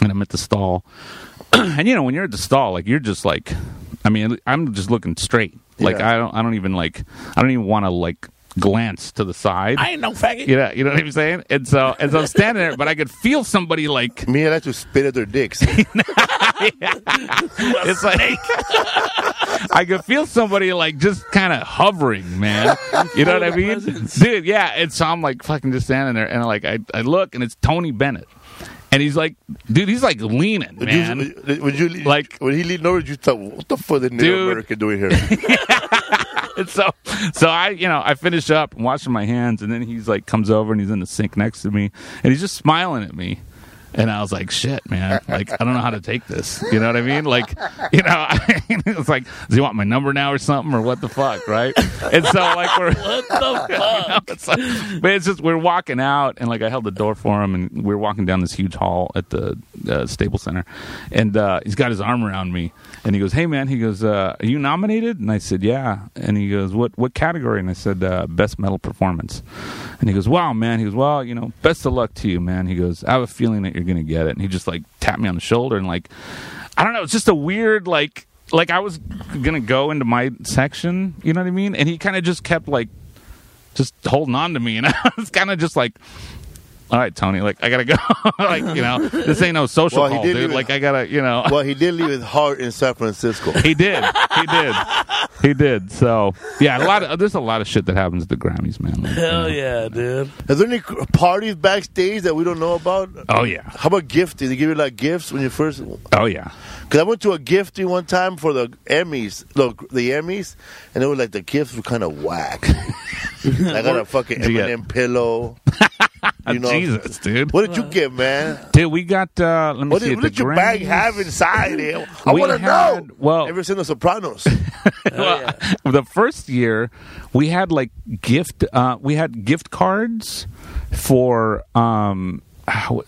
and I'm at the stall, and you know when you're at the stall, like you're just like, I mean, I'm just looking straight. Like Yeah. I don't. I don't even like. I don't even want to like glance to the side. I ain't no faggot. you know, you know what I'm saying? And so, as I'm standing there, but I could feel somebody like Me, I like to spit at their dicks. it's like I could feel somebody like just kind of hovering, man. You know what I mean, dude? Yeah. And so I'm like fucking just standing there, and like I, I look, and it's Tony Bennett, and he's like, dude, he's like leaning, Would you- man. would- would you Like- when he leaned over, you thought, "What the fuck is Native Dude. America doing here?" And so, so I, you know, I finish up and washing my hands, and then he's like comes over and he's in the sink next to me, and he's just smiling at me. And I was like, "Shit, man! Like, I don't know how to take this. You know what I mean? Like, you know, I mean, it was like, does he want my number now or something, or what the fuck, right? And so, like, we're what the fuck? it's like, but it's just we're walking out, and like I held the door for him, and we are walking down this huge hall at the uh, Staples Center, and uh, he's got his arm around me, and he goes, "Hey, man," he goes, uh, "Are you nominated?" And I said, "Yeah," and he goes, "What what category?" And I said, uh, "Best metal performance," and he goes, "Wow, man," he goes, "Well, you know, best of luck to you, man." He goes, "I have a feeling that you're gonna get it," and he just like tapped me on the shoulder and like. I don't know. It's just a weird like like I was gonna go into my section. You know what I mean? And he kind of just kept like just holding on to me, and I was kind of just like. All right, Tony. Like I gotta go. like you know, this ain't no social Well, he call, did dude. even- Like I gotta, you know. well, he did leave his heart in San Francisco. He did. He did. He did. So yeah, a lot of there's a lot of shit that happens at the Grammys, man. Like, you know. Hell yeah, dude. Is there any cr- parties backstage that we don't know about? Oh yeah. How about gift? Did they give you like gifts when you first? Oh yeah. Because I went to a gifting one time for the Emmys, the, the Emmys, and it was like the gifts were kind of whack. I got a fucking Did you Eminem get- pillow. You know, Jesus, dude. what did you get, man? Dude, we got. uh Let me What see. did, at what the did your bag Grammys- have inside it? I We want to had- know. well- ever seen The Sopranos? Well, the first year we had like gift uh, we had gift cards for um how-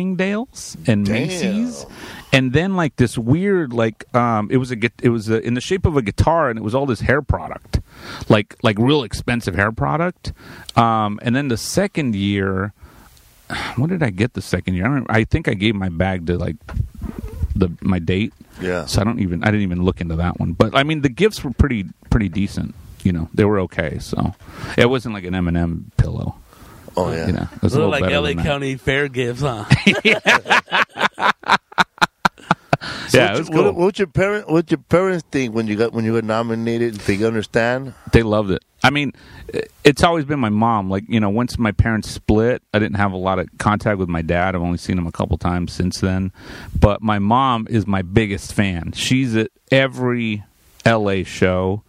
bloomingdale's and Damn. macy's and then like this weird like um it was a gu- it was a, in the shape of a guitar and it was all this hair product like like real expensive hair product um and then the second year what did i get the second year i, don't, I think i gave my bag to like the my date yeah. so I don't even I didn't even look into that one. But I mean the gifts were pretty pretty decent. You know they were okay. So it wasn't like an M and m pillow. Oh yeah. You know it was a Look little like better LA than that. County Fair gifts, huh? Yeah, it what, was what- cool. what your parent? What your parents think when you got when you were nominated? Did They understand. They loved it. I mean, i- it's always been my mom. Like you know, once my parents split, I didn't have a lot of contact with my dad. I've only seen him a couple times since then. But my mom is my biggest fan. She's at every LA show.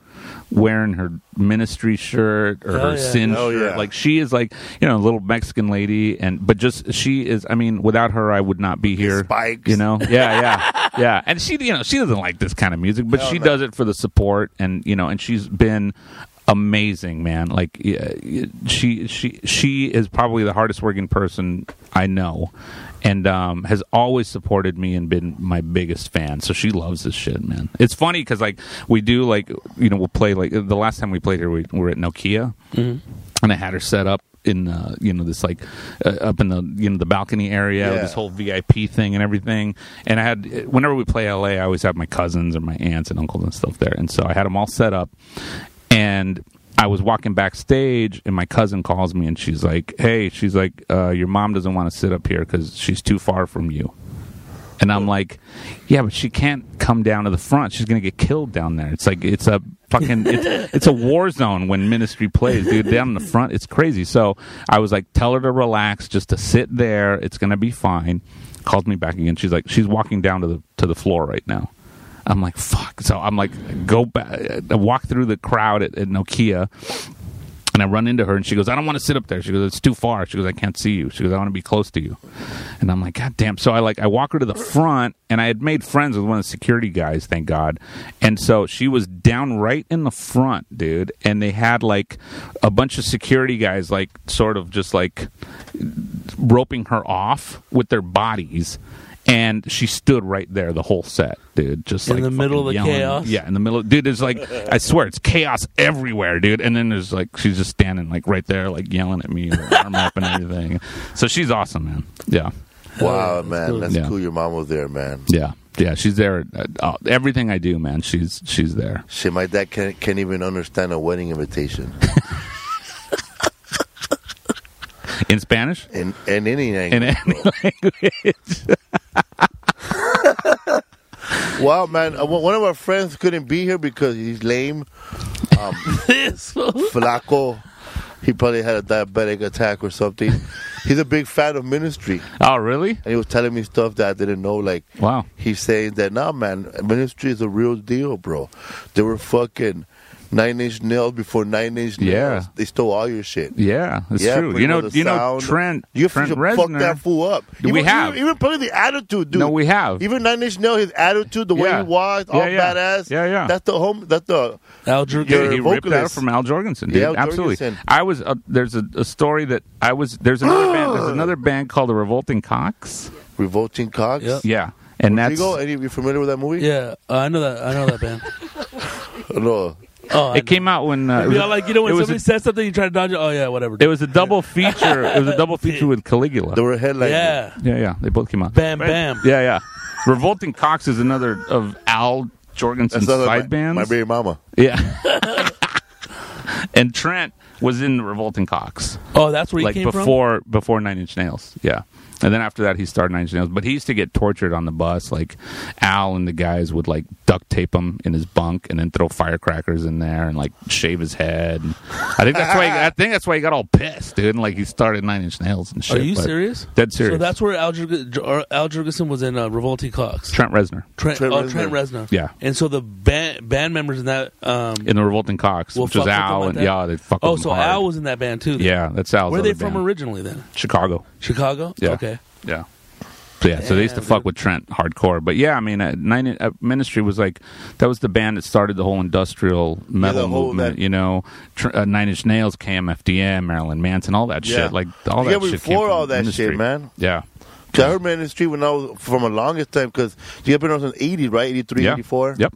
Wearing her ministry shirt or Hell her yeah. sin Oh, shirt, yeah. like she is like you know a little Mexican lady, and but just she is. I mean, without her, I would not be here. spikes. you know? Yeah, yeah, yeah. And she, you know, she doesn't like this kind of music, but she does it for the support, and you know, and she's been amazing, man. Like yeah, she she she is probably the hardest working person I know, and um, has always supported me and been my biggest fan. So she loves this shit, man. It's funny because like we do like you know we'll play like the last time we played here we were at Nokia, and I had her set up in uh, you know this like uh, up in the you know the balcony area with Yeah. this whole VIP thing and everything. And I had whenever we play LA, I always have my cousins or my aunts and uncles and stuff there. And so I had them all set up, and I was walking backstage, and my cousin calls me, and she's like, "Hey, she's like, uh, your mom doesn't want to sit up here because she's too far from you." And I'm like, yeah, but she can't come down to the front. She's gonna get killed down there. It's like it's a fucking it's, it's a war zone when ministry plays, dude. Down in the front, it's crazy. So I was like, tell her to relax, just to sit there. It's gonna be fine. Calls me back again. She's like, she's walking down to the to the floor right now. I'm like, fuck. So I'm like, go back. I walk through the crowd at, at Nokia. And I run into her and she goes, I don't want to sit up there. She goes, It's too far. She goes, I can't see you. She goes, I want to be close to you. And I'm like, God damn. So I like I walk her to the front and I had made friends with one of the security guys, thank God. And so she was down right in the front, dude. And they had like a bunch of security guys like sort of just like roping her off with their bodies. And she stood right there the whole set, dude. Just In like the middle fucking of the yelling. chaos? Yeah, in the middle, dude. There's like, I swear, it's chaos everywhere, dude. And then there's like, she's just standing like right there, like yelling at me, her arm up and everything. So she's awesome, man. Yeah, Wow, man, that's Yeah. cool. Your mom was there, man. yeah, yeah. She's there. at- at all- everything I do, man. She's she's there. Shit, my dad can't, can't even understand a wedding invitation In Spanish. in, in any In language. any wow, man, uh, one one of our friends couldn't be here because he's lame, Um, This fool. flaco. He probably had a diabetic attack or something. He's a big fan of ministry, oh, really? and he was telling me stuff that I didn't know. Like, Wow. he's saying that nah, man, ministry is a real deal, bro. They were fucking nine inch nails before nine inch nails. Yeah. They stole all your shit. Yeah, it's yeah, true. put it You know, with the you know, sound. Trent. You have Trent to fuck that Reznor. fool up. We even, have. even, even probably the attitude, dude. No, we have. even Nine Inch Nails. His attitude, the way Yeah. he walked, Yeah, all yeah. badass. Yeah, yeah. That's the home. That's the Alger Your Dude, he ripped that vocalist. from Al Jorgensen, dude. Yeah, Al Absolutely. Jorgensen. I was uh, there's a, a story that I was there's another band there's another band called the Revolting Cocks. revolting cocks. Yep. Yeah, and that's Rodrigo, any you familiar with that movie? Yeah, uh, I know that. I know that band. No. Oh, I it came out when uh, it was Yeah, a- like you know it when was a- somebody says something, you try to dodge it. Oh yeah, whatever. it was a double feature. It was a double feature with Caligula. They were headlining. yeah, Yeah, yeah, they both came out. bam, bam. Yeah, yeah. Revolting Cocks is another of Al Jorgensen's That's not side like my, bands. My baby mama. yeah. and Trent was in the Revolting Cocks. Oh, that's where he like came from. before before Nine Inch Nails. Yeah. And then after that, he started Nine Inch Nails. But he used to get tortured on the bus. Like Al and the guys would like duct tape him in his bunk, and then throw firecrackers in there, and like shave his head. And I think that's why. He, I think that's why he got all pissed, dude. And like he started Nine Inch Nails and shit. Are you but- serious? Dead serious. So that's where Al, Jurg- J- or Al Jurgensen was in uh, Revolting Clocks. Trent Reznor Trent, Trent oh, Reznor. Trent Reznor. Yeah. And so the band band members in that. Um, in the Revolting Cocks, Well, which was fuck with him Al like and that. yeah, they fuck oh, with him so hard. Al was in that band too. then. yeah, that's Al's. Where are they other from band. originally then? Chicago. Chicago. Yeah. Okay. Yeah. So, yeah, so they used to Damn, fuck dude. with Trent hardcore, but yeah, I mean, uh, Nine uh, Ministry was like that was the band that started the whole industrial metal the whole- movement. that- you know, tr- uh, Nine Inch Nails, KMFDM, Marilyn Manson, all that Yeah. shit. Like all Yeah, that shit. came before from all that Ministry. shit, man. Yeah, 'Cause I heard ministry when I was from a longest time because you have been on since 80, right? 83, yeah. 84? Yep,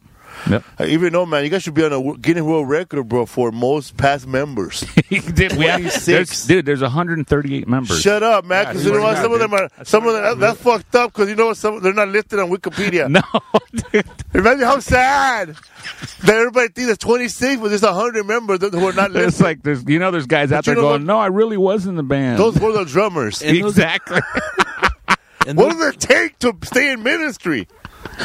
yep. I even know, man, you guys should be on a w- Guinness World Record, bro, for most past members. dude, we have, 26. there's, dude, there's 138 members. Shut up, man. Yeah, Because you know what? yeah, Some of dude. them are. Some of them. that- That's fucked up. Because you know what? Some they're not listed on Wikipedia. No, dude. Imagine how sad that everybody thinks there's 26, but there's 100 members that who are not It's listed. like there's you know there's guys out you there know going, what? no, I really was in the band. Those were the drummers. And those- exactly. And, What those, does it take to stay in ministry?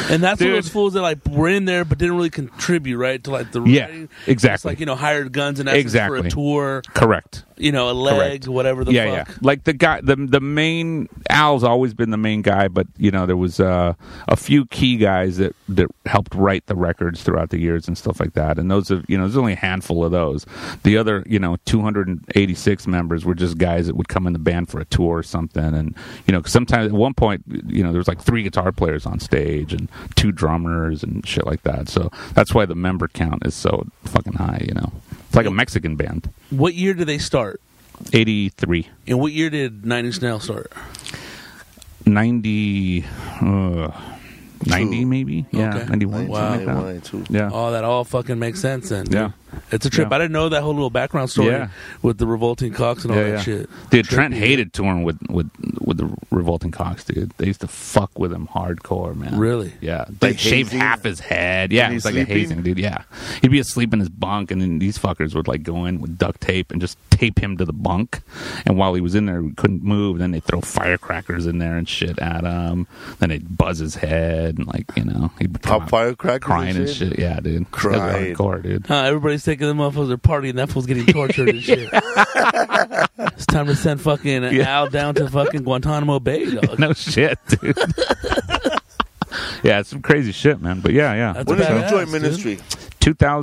and that's where Dude. those fools that like were in there but didn't really contribute, right? To like the Yeah, writing. It's exactly. like you know hired guns and essence for Exactly. a tour. Correct. You know a leg, Correct. whatever the yeah, fuck. yeah. Like the guy, the the main Al's always been the main guy, but you know there was uh, a few key guys that that helped write the records throughout the years and stuff like that. And those are you know there's only a handful of those. The other you know 286 members were just guys that would come in the band for a tour or something. And you know 'cause sometimes at one point you know there was like three guitar players on stage and two drummers and shit like that. So that's why the member count is so fucking high. You know. It's like a Mexican band. What year did they start? 83. And what year did Nine Inch Nails start? 90, uh, 90 maybe? Yeah, Okay. 91. Wow. something like that. 92. Yeah. Oh, that all fucking makes sense then. dude. Yeah. It's a trip. Yeah. I didn't know that whole little background story Yeah. with the revolting cocks and all yeah, that yeah. shit. Dude, Trent hated touring with, with with the Revolting Cox, dude. They used to fuck with him hardcore, man. Really? Yeah. They Like shaved hazing? half his head. Yeah, And it was like he's a sleeping? hazing, dude. Yeah. He'd be asleep in his bunk, and then these fuckers would like go in with duct tape and just tape him to the bunk. And while he was in there, we couldn't move. Then they'd throw firecrackers in there and shit at him. Then they'd buzz his head, and like, you know, he'd be Pop firecrackers crying and and shit? shit. Yeah, dude. It was Cried. Hardcore, dude. Huh, everybody's taking them off of their party, and that fool's getting tortured and shit. it's time to send fucking Al down to fucking Guantanamo Bay, dog. no shit, dude. yeah, it's some crazy shit, man. But yeah, yeah. That's When did you badass, join dude. ministry?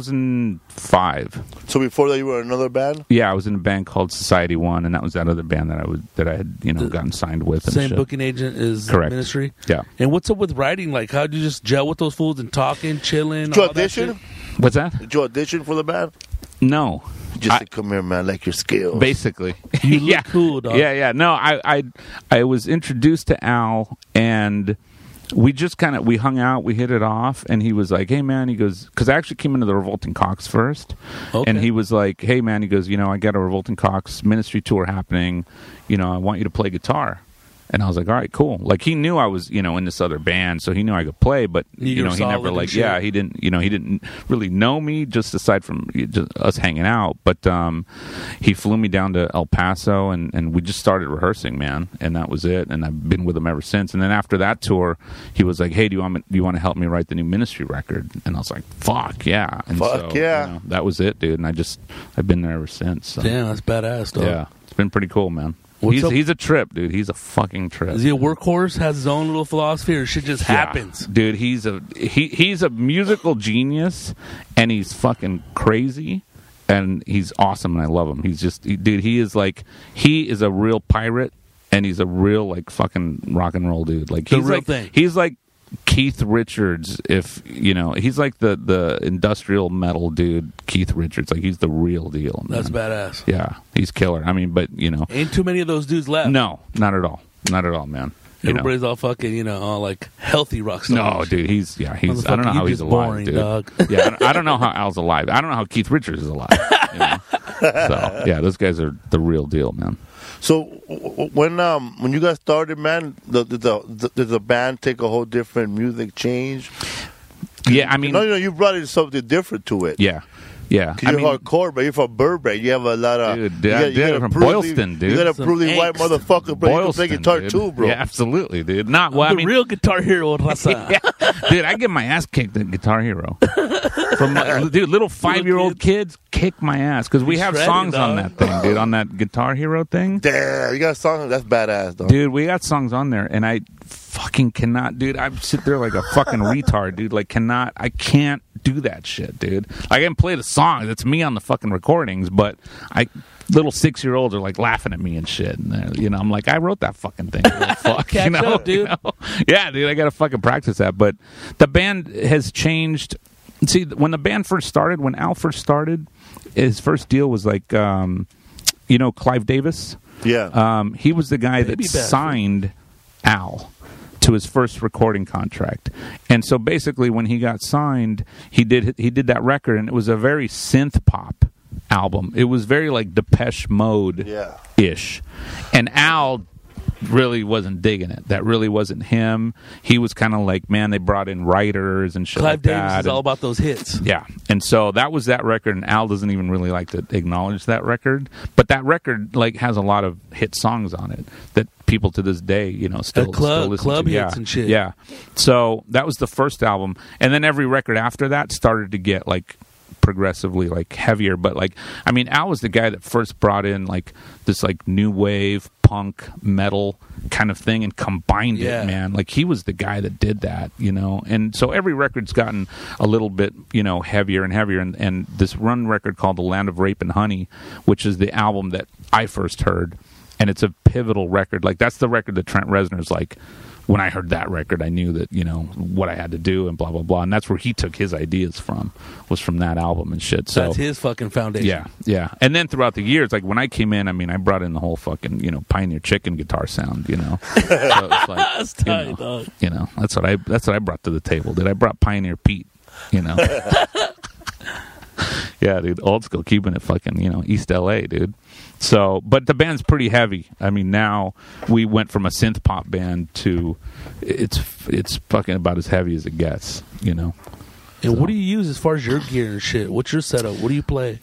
2005. So before that, you were in another band. Yeah, I was in a band called Society One, and that was that other band that I was that I had you know gotten signed with. And Same shit. booking agent is Correct. ministry. Yeah. And what's up with writing? Like, how do you just gel with those fools and talking, chilling? Did you all that audition? shit? What's that? Did you audition for the band? No. Just I- to come here, man. Like your skills. Basically, You look yeah. cool, dog. Yeah, yeah. No, I, I, I was introduced to Al, and we just kind of we hung out, we hit it off, and he was like, "Hey, man," he goes, because I actually came into the Revolting Cox first, Okay. and he was like, "Hey, man," he goes, "You know, I got a Revolting Cox ministry tour happening. You know, I want you to play guitar." And I was like, all right, cool. Like he knew I was, you know, in this other band, so he knew I could play, but Knew you you know, were he solid never and like, shit. yeah, he didn't, you know, he didn't really know me just aside from just us hanging out. But um, he flew me down to El Paso, and and we just started rehearsing, man, and that was it. And I've been with him ever since. And then after that tour, he was like, hey, do you want me, do you want to help me write the new Ministry record? And I was like, fuck yeah, and Fuck so, yeah. you know, that was it, dude. And I just I've been there ever since. So. Damn, that's badass, dog. Yeah, it's been pretty cool, man. What's he's up- he's a trip, dude. He's a fucking trip. Is he a workhorse? Has his own little philosophy, or shit just Yeah. happens? dude. He's a he he's a musical genius, and he's fucking crazy, and he's awesome, and I love him. He's just he- dude. He is like he is a real pirate, and he's a real like fucking rock and roll dude. Like The he's real like thing. he's like. Keith Richards, if you know, he's like the the industrial metal dude. Keith Richards, like he's the real deal. That's man. badass. Yeah, he's killer. I mean, but you know, Ain't too many of those dudes left. no, not at all, not at all, man. You know. Everybody's all fucking, you know, all like healthy rock stars. No, dude, he's yeah, he's. I Motherfucker, don't know you how he's just alive, boring, dude. dog. Yeah, I don't, I don't know how Al's alive. I don't know how Keith Richards is alive. you know? So yeah, those guys are the real deal, man. So w- w- when um when you guys started, man, the the the, the, the band take a whole different music change. Yeah, I mean, no, you know, you brought in something different to it. yeah, yeah. 'Cause I You're mean, hardcore, but you're from Burbank. You have a lot of Dude, you yeah, got- you dude, got a from brutally- Boylston, dude. You got a Some brutally white angst. motherfucker, bro. you can play Boylston, guitar dude. too, bro. Yeah, absolutely, dude. Not well. I the mean, real guitar hero, Raza. dude, I get my ass kicked at Guitar Hero. From like, dude, little five year old kids kick my ass because we He's have shredded, songs on dog. that thing, dude. On that Guitar Hero thing. Damn, you got a song that's badass, though. Dude, we got songs on there, and I fucking cannot, dude. I sit there like a fucking retard, dude. Like, cannot, I can't do that shit, dude. I can play the songs. It's me on the fucking recordings, but I little six year olds are like laughing at me and shit. And uh, you know, I'm like, I wrote that fucking thing. Fuck, you Catch know, up, dude. You know? Yeah, dude, I gotta fucking practice that. But the band has changed. See, when the band first started, when Al first started, his first deal was like, um, you know, Clive Davis. Yeah. Um, he was the guy that Baby Bass. signed Al to his first recording contract, and so basically, when he got signed, he did he did that record, and it was a very synth pop album. It was very like Depeche Mode yeah. ish. And Al really wasn't digging it. That really wasn't him. He was kind of like, man, they brought in writers and shit Clive like Davis that. is all and- about those hits. yeah. And so that was that record and Al doesn't even really like to acknowledge that record, but that record like has a lot of hit songs on it that people to this day, you know, still, Uh, club- still listen club to. hits yeah. and shit. Yeah. So that was the first album and then every record after that started to get like progressively like heavier but like I mean Al was the guy that first brought in like this like new wave punk metal kind of thing and combined Yeah. it man like he was the guy that did that you know and so every record's gotten a little bit you know heavier and heavier and, and this run record called the land of rape and honey which is the album that i first heard and it's a pivotal record like that's the record that trent reznor's like when I heard that record, I knew that you know what I had to do and blah blah blah. And that's where he took his ideas from was from that album and shit. So That's his fucking foundation. yeah, yeah. And then throughout the years, like when I came in, I mean, I brought in the whole fucking you know pioneer chicken guitar sound. You know, so it's like, That's you tight, know, dog. you know, that's what I that's what I brought to the table. Did I brought Pioneer Pete? You know. yeah, dude, old school, keeping it fucking you know East LA, dude. So, but the band's pretty heavy. I mean, now we went from a synth pop band to it's it's fucking about as heavy as it gets. You know. And what do you use as far as your gear and shit? What's your setup? What do you play?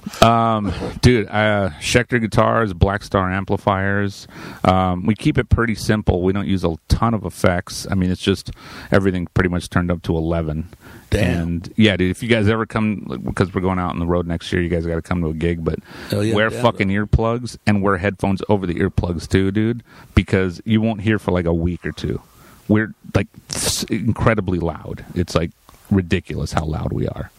dude uh schecter guitars black star amplifiers um, we keep it pretty simple we don't use a ton of effects i mean it's just everything pretty much turned up to 11 Damn. and yeah dude if you guys ever come like, because we're going out on the road next year you guys got to come to a gig but Hell yeah, wear yeah, fucking earplugs and wear headphones over the earplugs too dude because you won't hear for like a week or two we're like s- incredibly loud it's like ridiculous how loud we are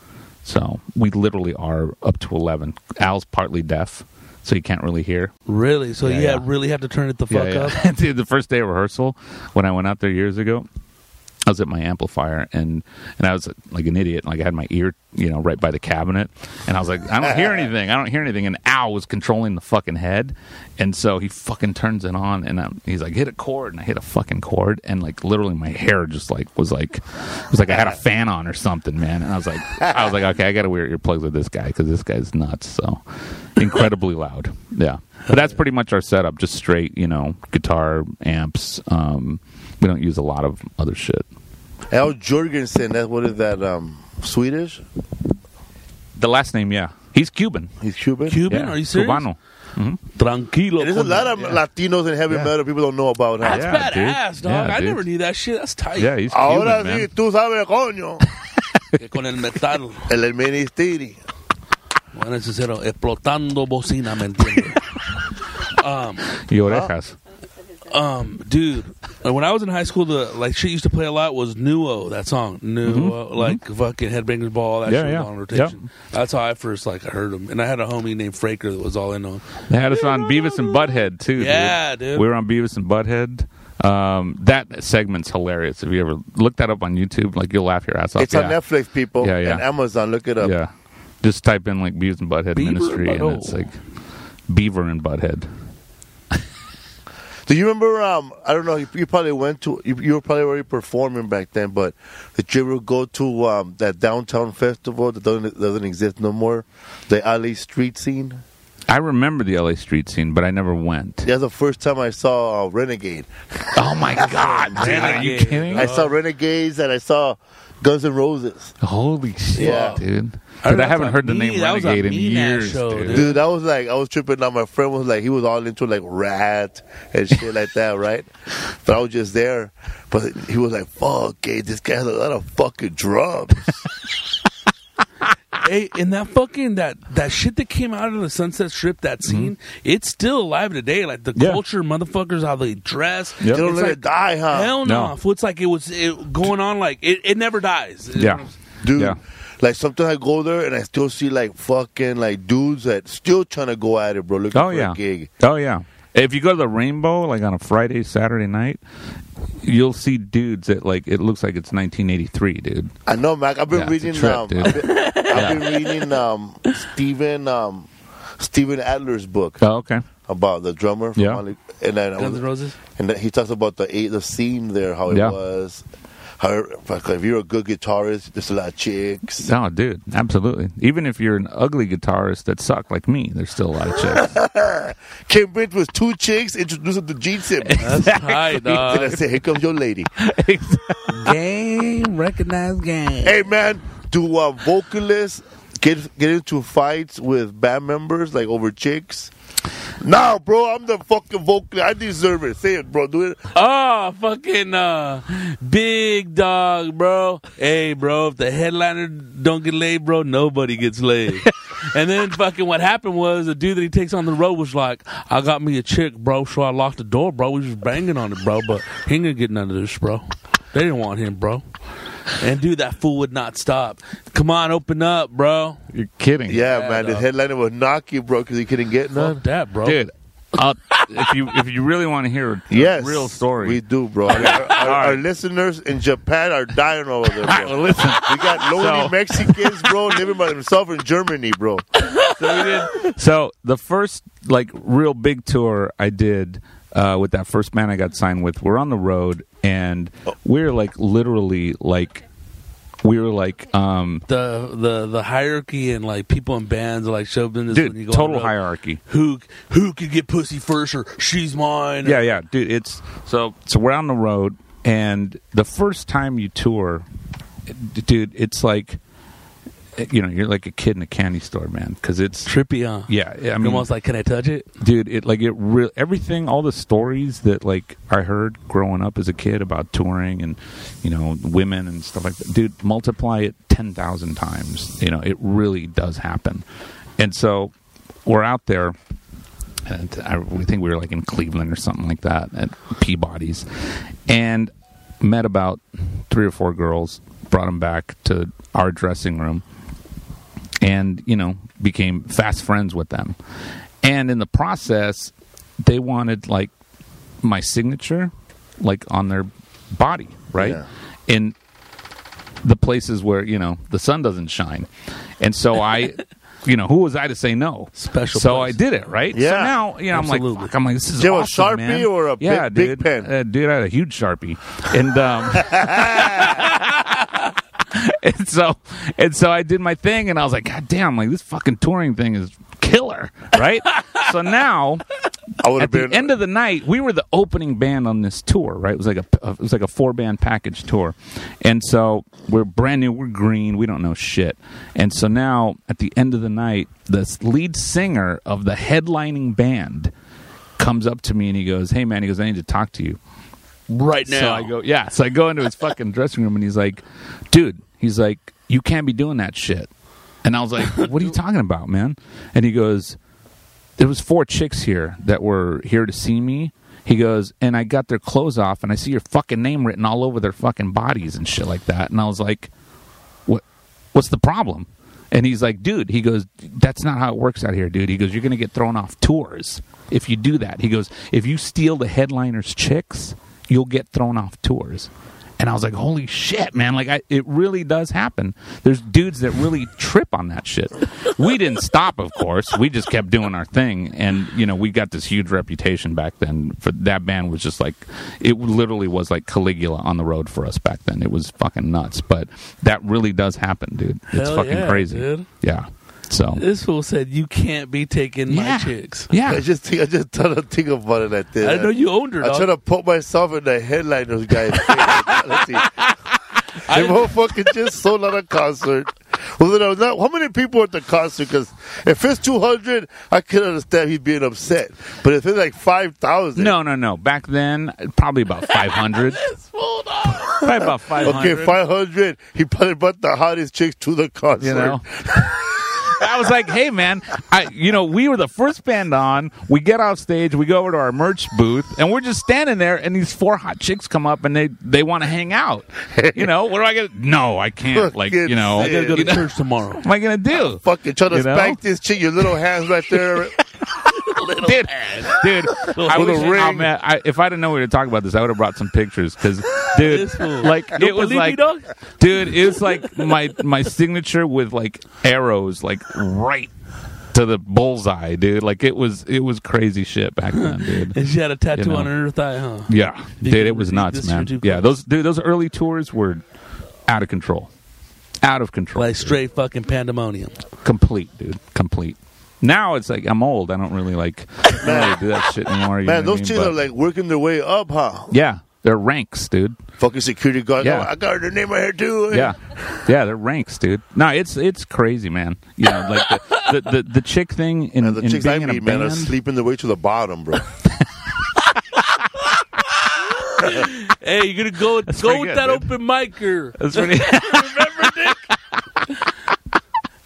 so we literally are up to 11. Al's partly deaf, so he can't really hear. Really? So yeah, Yeah, yeah. really have to turn it the fuck up. Dude, the first day of rehearsal, when I went out there years ago, I was at my amplifier and and I was like an idiot. Like I had my ear, you know, right by the cabinet, and I was like, I don't hear anything. I don't hear anything. And Al was controlling the fucking head, and so he fucking turns it on, and i he's like, hit a chord, and I hit a fucking chord, and like literally my hair just like was like it was like I had a fan on or something, man. And I was like, I was like, okay, I got to wear earplugs with this guy because this guy's nuts. So incredibly loud, yeah. But that's pretty much our setup, just straight, you know, guitar amps. Um, we don't use a lot of other shit. Al Jorgensen. That what is that? Um, Swedish? The last name, yeah. He's Cuban. He's Cuban. Cuban? Yeah. Are you serious? Cubano. Tranquilo. There's a lot of Latinos in heavy Yeah. metal people don't know about. Huh? That's Yeah, dude. badass, dog. Yeah, I dude. never knew that shit. That's tight. Yeah, he's Cuban, Ahora man. sí, tú sabes, coño. Que Con el metal. El ministerio. Bueno, eso cero. Explotando bocina, ¿me entiendes? um, Y orejas. um, dude, like, when I was in high school, the like shit used to play a lot was Nuo. That song, Nuo, like fucking Headbangers Ball. All that Mm-hmm. Yeah, shit yeah. was on rotation. That's how I first like heard him. And I had a homie named Fraker that was all in on. him. They had us on Beavis and Butthead too. Yeah, dude. We were on Beavis and Butthead. Um, that segment's hilarious. If you ever look that up on YouTube, like you'll laugh your ass off. It's yeah. on Netflix, people. Yeah, yeah. And Amazon. Look it up. Yeah, just type in like Beavis and Butthead Beaver Ministry, and and Butthole. it's like Beaver and Butthead. Do you remember? Um, I don't know. You, you probably went to. You, you were probably already performing back then, but did you ever go to um, that downtown festival that doesn't doesn't exist no more? The alley street scene. I remember the LA street scene, but I never went. That's the first time I saw uh, Renegade. Oh my god, dude, are you Renegade. kidding? I saw Renegades and I saw Guns N' Roses. Holy shit, Yeah. I dude! heard But I, that's haven't on heard the me- name that was on Renegade in me that years, show, dude. dude. Dude, I was like, I was tripping out. My friend was like, he was all into like rat and shit like that, right? But I was just there. But he was like, fuck, gay, this guy has a lot of fucking drums. Hey, and that fucking that that shit that came out of the Sunset Strip, that scene, it's still alive today. Like the Mm-hmm. Yeah. culture, motherfuckers, how they dress. Yep. uh, they don't It's let like, it die, huh? Hell no. No. It's like it was it going on. Like it, it never dies. Yeah, Dude, Yeah. like sometimes I go there and I still see like fucking like dudes that still trying to go at it, bro. Looking Oh for yeah. a gig. Oh yeah. If you go to the Rainbow like on a Friday, Saturday night, you'll see dudes that like it looks like it's 1983, dude. I know, Mac. I've been Yeah, it's a reading. trip, um, dude. I've been, I've been reading um, Stephen um, Stephen Adler's book Oh, okay. about the drummer. From Yeah. Molly- and then I Guns was- N' Roses. and then he talks about the eh, the scene there, how it Yeah. was. How like, if you're a good guitarist, there's a lot of chicks. Oh, dude, absolutely. Even if you're an ugly guitarist that suck like me, there's still a lot of chicks. Came in with two chicks, introduced him to Gene Simmons. That's tight, and I dog. said, "Here comes your lady." game recognized game. hey man, do uh, vocalists get get into fights with band members like over chicks? No, bro, I'm the fucking vocalist. I deserve it. Say it, bro. Do it. Oh, fucking uh, big dog, bro. Hey, bro, if the headliner don't get laid, bro, nobody gets laid. and then fucking what happened was the dude that he takes on the road was like, I got me a chick, bro, so I locked the door, bro. We was banging on it, bro, but he ain't gonna get none of this, bro. They didn't want him, bro. And dude, that fool would not stop. Come on, open up, bro. You're kidding. Yeah, man. dog. This headliner was knocky, bro, because he couldn't get none. Fuck that, bro. Dude, up if you if you really want to hear a Yes, real story. We do, bro. Our, our- our listeners in Japan are dying over there, bro. Well, listen. We got lonely So- Mexicans, bro, living by themselves in Germany, bro. So the first like real big tour I did uh, with that first band I got signed with, we're on the road and we're like literally like we were like um The the the hierarchy and like people in bands are like shoved in this. when you go dude on the total road. hierarchy. Who who could get pussy first or she's mine? Yeah, yeah, dude. It's so so we're on the road, and the first time you tour, d- dude, it's like you know you're like a kid in a candy store, man, because it's trippy, huh? yeah. I I'm mean, almost like, can I touch it? dude, it like it real everything, all the stories that like I heard growing up as a kid about touring and you know women and stuff like that, dude. Multiply it ten thousand times. You know, it really does happen, and so we're out there and I we think we were like in Cleveland or something like that at Peabody's, and met about three or four girls, brought them back to our dressing room, and you know became fast friends with them, and in the process, they wanted like my signature, like on their body, right, Yeah. in the places where you know the sun doesn't shine, and so I. You know, who was I to say no? Special So place. I did it, right? So Yeah. now, you know, I'm Absolutely. like, fuck, I'm like, this is Do you have a awesome, Sharpie man. or a yeah, big- big dude. pen? Uh, dude, I had a huge Sharpie, and um, and so and so I did my thing, and I was like, God damn, like this fucking touring thing is killer, right? so now I would have at the been end of the night, we were the opening band on this tour, right? It was like a it was like a four band package tour, and so we're brand new, we're green, we don't know shit, and so now at the end of the night, the lead singer of the headlining band comes up to me and he goes, "Hey man," he goes, "I need to talk to you." Right now. So I go, yeah. So I go into his fucking dressing room and he's like, dude, he's like, you can't be doing that shit. And I was like, what are you talking about, man? And he goes, there was four chicks here that were here to see me. He goes, and I got their clothes off and I see your fucking name written all over their fucking bodies and shit like that. And I was like, what what's the problem and he's like dude he goes that's not how it works out here dude he goes you're gonna get thrown off tours if you do that he goes if you steal the headliners chicks you'll get thrown off tours and i was like holy shit man like I, it really does happen there's dudes that really trip on that shit we didn't stop of course we just kept doing our thing and you know we got this huge reputation back then for that band was just like it literally was like caligula on the road for us back then it was fucking nuts but that really does happen dude it's Hell fucking yeah, crazy dude. yeah so This fool said you can't be taking my yeah chicks. yeah I just think I just try to think about it like this. I know you owned her. I try Dog. to put myself in the headliners guy's face. Let's see. They motherfucking just sold out a concert. Well, then I was not, how many people were at the concert? Because if it's 200, I could understand he's being upset. But if it's like 5,000. no no no back then probably about 500 probably about 500 Okay, 500. He probably brought the hottest chicks to the concert. you know I was like, "Hey, man! I, you know, we were the first band on. We get off stage, we go over to our merch booth, and we're just standing there. And these four hot chicks come up, and they they want to hang out. You know, what do I get? No, I can't. Like, you know, Fucking I gotta go to You know- church tomorrow. what am I gonna do? Fucking try to You know? spank this chick, your little hands right there. dude, dude, I With a wish, ring. oh, man, I, if I didn't know we were talking about this, I would have brought some pictures because, dude, This fool. like Don't it believe was me, like, dog? dude, it was like my my signature with like arrows, like right to the bullseye, dude. Like it was it was crazy shit back then, dude. And she had a tattoo You know. on her thigh, huh? Yeah, You dude, can it was read nuts, this man. YouTube Yeah, clip. those dude, those early tours were out of control, out of control, Like dude. straight fucking pandemonium. complete, dude, complete. Now it's like I'm old. I don't really like I don't really do that shit anymore. you know Man, what I those mean? chicks But- are like working their way up, huh? Yeah, they're ranks, dude. Fucking security guard. Yeah. Oh, I got her name right here, too. Yeah, yeah, they're ranks, dude. No, it's it's crazy, man. You know, like the the, the, the chick thing in, And the in chicks I being in a meet, man, band. are sleeping their way to the bottom, bro. Hey, you're gonna go go pretty with good, that dude. open micer. That's pretty-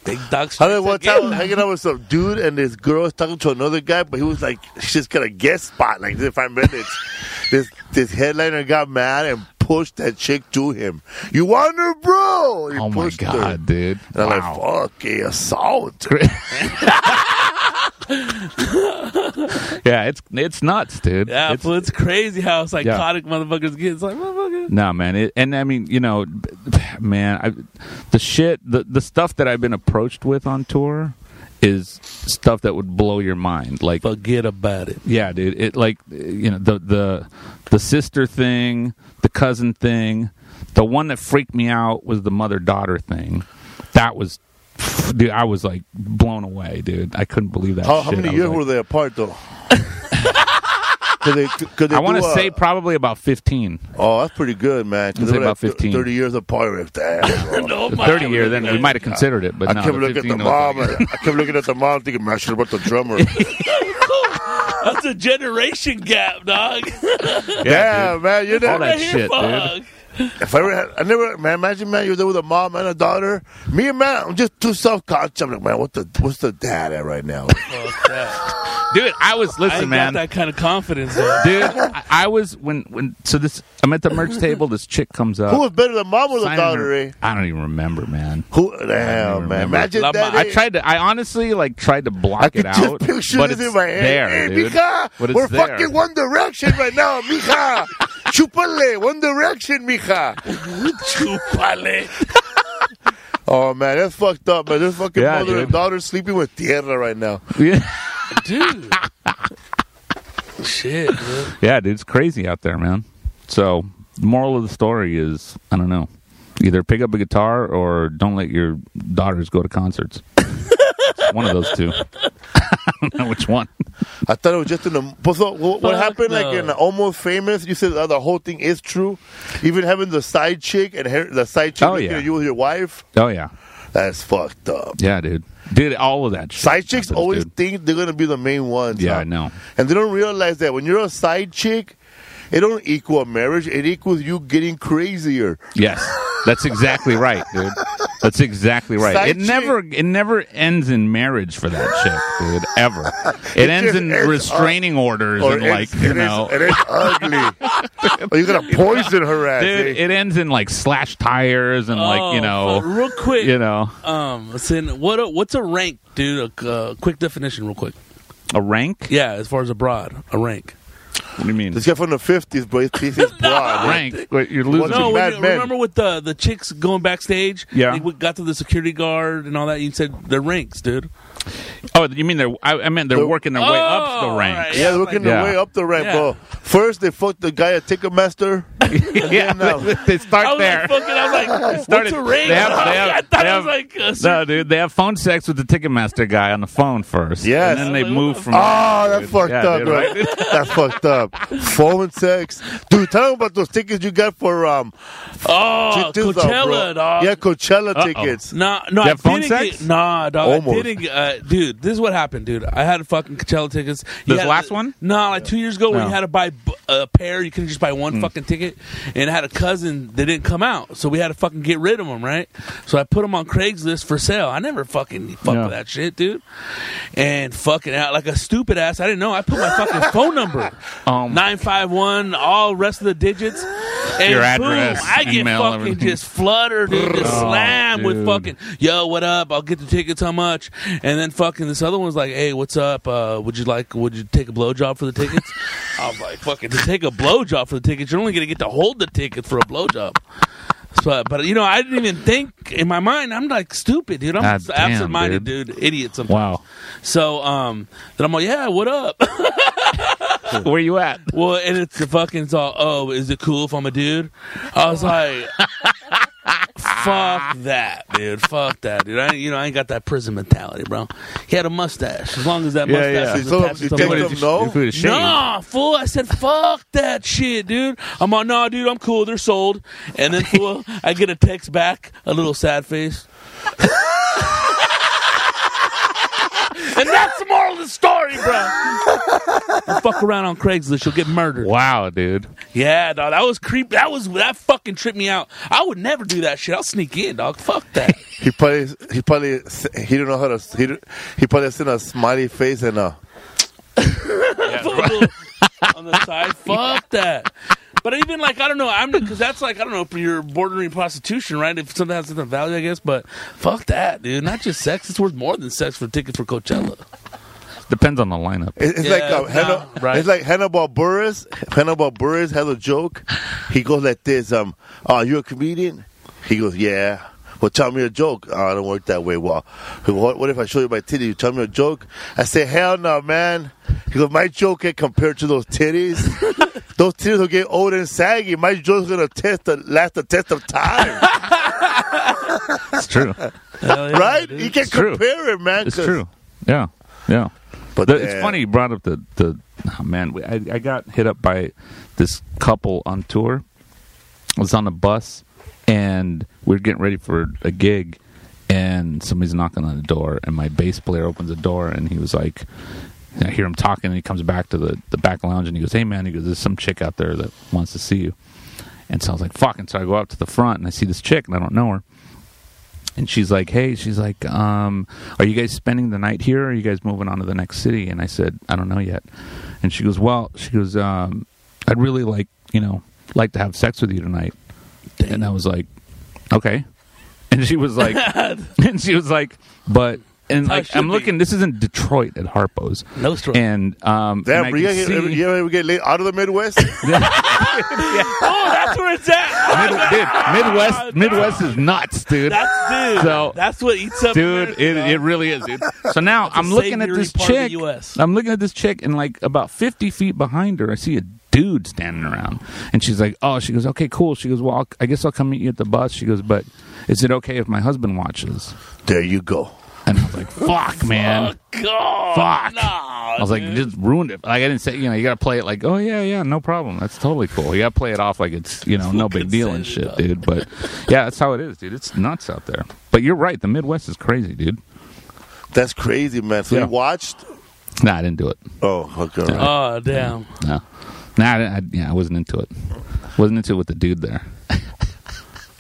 Big dog I remember one time I was hanging out with some dude and this girl was talking to another guy, but he was like, she just got a guest spot like this five minutes. this this headliner got mad and pushed that chick to him. You want her, bro? He oh my pushed her. god, dude! And I'm Wow. like, fuck, yeah, assault. yeah, it's it's nuts, dude. Yeah, It's- it's, it's crazy how psychotic motherfuckers get. It's like motherfucker. No, man. It, and I mean, you know, b- man, I, the shit, the, the stuff that I've been approached with on tour is stuff that would blow your mind. Like, Forget about it. yeah, dude. It like, you know, the, the, the sister thing, the cousin thing. The one that freaked me out was the mother daughter thing. That was, dude, I was like blown away, dude. I couldn't believe that How, shit. how many I was years like- were they apart, though? could they, could they I want to do a- say probably about 15. Oh, that's pretty good, man. 'cause I'd they say were about like thir- 15. Thirty years apart, if that. Oh, No, The my- 30 year, then we might have considered it, but I no, kept the looking at 15 the was like- mom. and I kept looking at the mom, thinking, "Man, I should have brought the drummer." That's a generation gap, dog. yeah, dude. man, you All know. that Here, shit, fuck. dude. If I ever had, I never, man, imagine, man, you're there with a mom and a daughter. Me and man, I'm just too self conscious. I'm like, man, what the, what's the dad at right now? Fuck that. dude i was I listen ain't man got that kind of confidence. Though. dude I, I was when when so this i'm at the merch table this chick comes up Who was better, the mom or the signing her- daughter? eh? i don't even remember man Who, don't damn, remember. man, imagine La that. Ma- eh? I tried to. I honestly like tried to block I it could out, just picture but this it's in my head. there, hey, dude. mija, But it's we're there. fucking One Direction right now, mija. Chupale, One Direction, mija. Chupale. Oh man, that's fucked up, man. This fucking Yeah, mother dude. and daughter sleeping with Tierra right now. Yeah. dude. Shit, dude. yeah, dude, it's crazy out there, man. So, moral of the story is, I don't know, either pick up a guitar or don't let your daughters go to concerts. It's one of those two. I don't know which one. I thought it was just in the. But so, what, what Fuck happened? Like no. in Almost Famous, you said uh, the whole thing is true. Even having the side chick and her, the side chick Oh, looking yeah. at you with your wife. Oh yeah, That's fucked up. yeah, dude, dude, all of that. Shit Side chicks happens, always dude. think they're gonna be the main ones. Yeah, huh? I know. And they don't realize that when you're a side chick, it don't equal a marriage. It equals you getting crazier. Yes, that's exactly right, dude. That's exactly right. Side it never it never ends in marriage for that chick, dude. Ever. It, ends just in ends restraining orders and like it's- you it is- know. it is ugly. Or you're gonna poison her ass. Dude, eh? it ends in like slash tires and Oh, like you know, fuck. real quick. you know, Um, sin, what a, what's a rank, dude? A uh, quick definition, real quick. a rank. Yeah, as far as abroad, a rank. What do you mean? this guy from the fifties, bro. He's, he's broad. eh? rank? Wait, You're What's losing. a No, when bad you, man. remember with the the chicks going backstage? Yeah. they w- got to the security guard and all that. You said the ranks, dude. Oh, you mean they're? I, I meant they're The- working their way up Oh, the rank. alright. Yeah, they're working Yeah. their way up the rank, Yeah. bro. First, they fucked the guy at Ticketmaster. Yeah, no. they, they I start was there. like, fucking, I was like, started- what's a rank? they have- they have- I thought they it have- was like a no, dude, they have phone sex with the Ticketmaster guy on the phone first. Yes. and then they Like, what move the from. Oh, that's fucked Yeah, up, dude, bro. right? That's fucked up. Phone sex, dude. Tell them about those tickets you got for um Oh, Tuesday, bro. Coachella, dog. Yeah, Coachella Uh-oh. tickets. Nah, no, You I have phone didn't sex? get. Nah, dog. Almost. I didn't. Uh, dude, this is what happened, dude. I had fucking Coachella tickets. You This had- last one? Nah, like two years ago when No. you had to buy b- a pair, you couldn't just buy Hmm. one fucking ticket. And I had a cousin that didn't come out, so we had to fucking get rid of them, right? So I put them on Craigslist for sale. I never fucking fuck Yeah. with that shit, dude. And fucking out like a stupid ass. I didn't know. I put my fucking phone number, Um, nine five one, all rest of the digits. And Your boom, address, I get email, fucking everything. just flutter, dude, just Oh, slam with dude. fucking, yo, what up? I'll get the tickets, how much? And then fucking this other one's like, hey, what's up? Uh, would you like, would you take a blowjob for the tickets? I'm like, fucking, to take a blowjob for the tickets, you're only going to get to hold the tickets for a blowjob. But, but you know, I didn't even think in my mind. I'm like stupid, dude. I'm God damn, absent-minded, dude. Idiot Oh. sometimes. Wow. So, um, then I'm like, yeah, what up? Where you at? Well, and it's the fucking it's all. Oh, is it cool if I'm a dude? I was like, fuck that, dude. Fuck that, dude. I, ain't- you know, I ain't got that prison mentality, bro. He had a mustache. As long as that Yeah, yeah. mustache You was told him- attached you to told somebody. him no? If we'd have shaved. Nah, fool. I said, fuck that shit, dude. I'm like, nah, dude, I'm cool. They're sold. And then, fool, I get a text back, a little sad face. and that's the moral of the story, bro. Don't fuck around on Craigslist. You'll get murdered. Wow, dude. Yeah, dog. That was creep. That was, that fucking tripped me out. I would never do that shit. I'll sneak in, dog. Fuck that. He probably he probably s- he don't know how to he don't- he probably sent a smiley face and a on the side. Fuck that. But even like I don't know, I'm because that's like I don't know if you're bordering prostitution, right? If something has something value, I guess. But fuck that, dude. Not just sex; it's worth more than sex for tickets for Coachella. Depends on the lineup. It- It's Yeah, like uh nah, Hanna- right. it's like Hannibal Burris. Hannibal Burris has a joke. He goes like this: "Um, oh, you're a comedian." He goes, "Yeah." Well, tell me a joke. Oh, I don't work that way. Well, what, what if I show you my titties? You tell me a joke. I say, "Hell no, man." He goes, "My joke ain't compared to those titties. those titties will get old and saggy. My joke's gonna test the last the test of time, It's true. Hell yeah, right? dude. You can It's true. compare it, man. It's 'cause- true. Yeah, yeah. But The- it's uh, funny you brought up the the oh, man. we- I, I got hit up by this couple on tour. I was on a bus and we are getting ready for a gig, and somebody's knocking on the door, and my bass player opens the door, and he was like. and I hear him talking, and he comes back to the, the back lounge, and he goes, "Hey man," he goes, "There's some chick out there that wants to see you." And so I was like, "Fuck!" And so I go up to the front, and I see this chick, and I don't know her and she's like, "Hey, she's like, um, are you guys spending the night here? Or are you guys moving on to the next city?" And I said, "I don't know yet." And she goes, "Well, she goes, um, I'd really like, you know, like to have sex with you tonight." And I was like, "Okay." And she was like, and she was like, but. And How it like should I'm be. looking, this is in Detroit at Harpo's. No stroke. And um, and I Damn, you, can ever- see- you ever get laid out of the Midwest? oh, that's where it's at. Mid- dude, Midwest, Midwest is nuts, dude. That's dude. So- that's what eats up. dude. America, It, dog. it really is, dude. So now a I'm looking at savory this part of the chick. US. I'm looking at this chick, and like about 50 feet behind her, I see a dude standing around, and she's like, "Oh," she goes, "Okay, cool." She goes, "Well, I'll, I guess I'll come meet you at the bus." She goes, "But is it okay if my husband watches?" there you go. And I was like, "Fuck, man." God, Fuck. nah, I was like, dude. you just ruined it. Like I didn't say, you know, you gotta play it like, oh yeah, yeah, no problem. That's totally cool. You gotta play it off like it's, you know, no big deal and Fucking shit, dude. But yeah, that's how it is, dude. It's nuts out there. But you're right. The Midwest is crazy, dude. That's crazy, man. So Yeah. Uh, you watched? Nah, I didn't do it. Oh, okay. all right. Oh damn. No, nah, I, didn't- I, yeah, I wasn't into it. Wasn't into it with the dude there.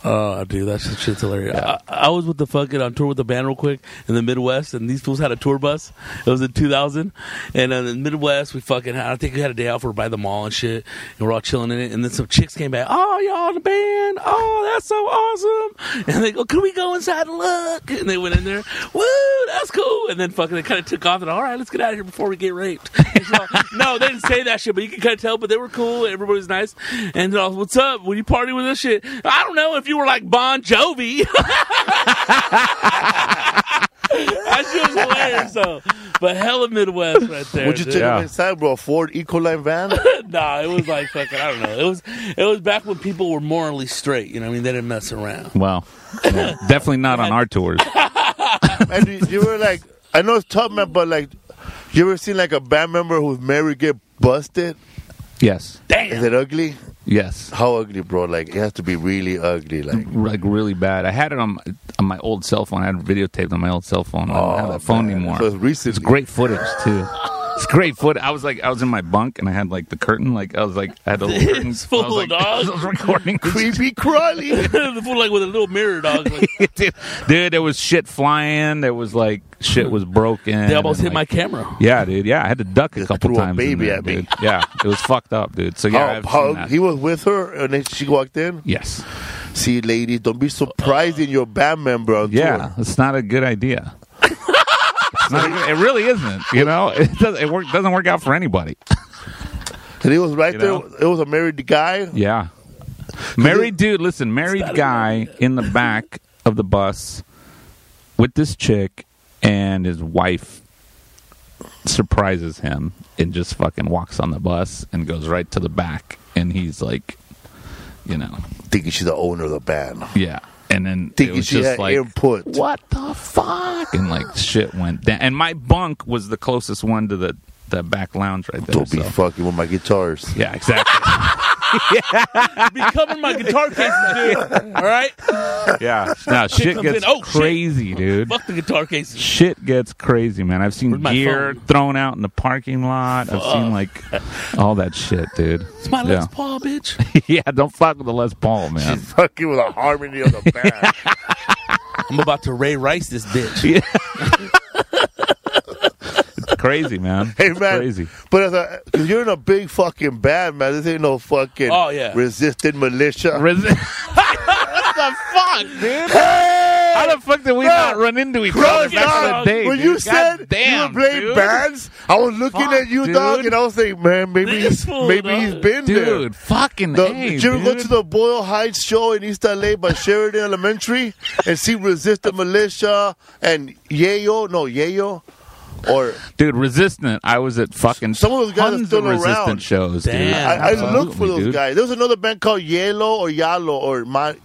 Oh, dude, that shit- shit's hilarious. I, I was with the fucking on tour with the band real quick in the Midwest, and these fools had a tour bus. It was in 2000, and in the Midwest, we fucking had, I think we had a day off. We were by the mall and shit, and we're all chilling in it. And then some chicks came back. Oh, y'all in the band? Oh, that's so awesome! And they go, "Can we go inside and look?" And they went in there. Woo, that's cool. And then fucking they kind of took off and all right, let's get out of here before we get raped. And so- no, they didn't say that shit, but you can kind of tell. But they were cool. Everybody was nice. And they're all, what's up? Will you party with this shit? I don't know if you were like Bon Jovi. that shit was hilarious though. But hella Midwest right there. Would you dude. take Yeah. him inside, bro? A Ford Ecoline van? Nah, it was like fucking. I don't know. It was it was back when people were morally straight. You know, what I mean, they didn't mess around. Well, yeah, definitely not on our tours. and you, you were like, I know it's tough, man, but like, you ever seen like a band member who's married get busted? Yes, Is Damn. it ugly? yes. How ugly, bro? Like, it has to be really ugly. Like, Like really bad. I had it on my, on my old cell phone. I had it videotaped on my old cell phone. I don't have Oh, that phone man. anymore. So it's recent. It's great footage too. It's great foot. I was like, I was in my bunk and I had like the curtain. Like I was like, I had a little curtain. It's full, I was, like, dog. I was recording. creepy crawly. the fool like with a little mirror dog. Like, dude, dude, there was shit flying. There was like shit was broken. they almost hit and, my like- camera. Yeah, dude. Yeah, I had to duck a Just couple threw a times. in baby there, at me. dude. Yeah, it was fucked up, dude. So yeah, How, I've Oh, how seen that. he was with her, and then she walked in. yes. See, ladies, don't be surprised in your band member on Uh, Yeah, tour. it's not a good idea. It's not a good- it really isn't. You know, it doesn't. It work, doesn't work out for anybody. And it was right You there. know? It was a married guy. Yeah. Married dude, listen, married guy in the back of the bus with this chick and his wife surprises him and just fucking walks on the bus and goes right to the back and he's like you know, Thinking she's the owner of the band. yeah. And then it Thinking was she just had like input. what the fuck? And like shit went down. And my bunk was the closest one to the the back lounge right there. Don't be so- fucking with my guitars. yeah, exactly. Be covering my guitar cases, dude. All right, yeah. Now shit comes gets in, "Oh, shit." crazy, dude. fuck the guitar cases. shit gets crazy, man. I've seen Where's my gear phone? thrown out in the parking lot. I've seen like all that shit, dude. It's my yeah. Les Paul, bitch. yeah, don't fuck with the Les Paul, man. Fucking with the harmony of the band. I'm about to Ray Rice this bitch. It's crazy, man. Hey It's man, crazy. but as a, you're in a big fucking band, man. This ain't no fucking Oh, yeah. resistant militia. Res- what the fuck, dude? How the fuck did we not run into each other Bro, back in the dog, day? when dude? you said what? Damn, you were playing dude. bands. I was looking Fuck, at you, dude. dog, and I was like, man, maybe This he's, fool, maybe dog. he's been there. dude. Fucking The, A, did you ever go dude. to the Boyle Heights show in East LA by Sheridan Elementary and see Resist the Militia and Yayo? No, Yayo. Or dude resistant? I was at fucking Some of those guys are tons still of resistant around. shows, dude. Damn. I, I look for Absolutely, those dude. guys. There was another band called Yellow or Yalo or my I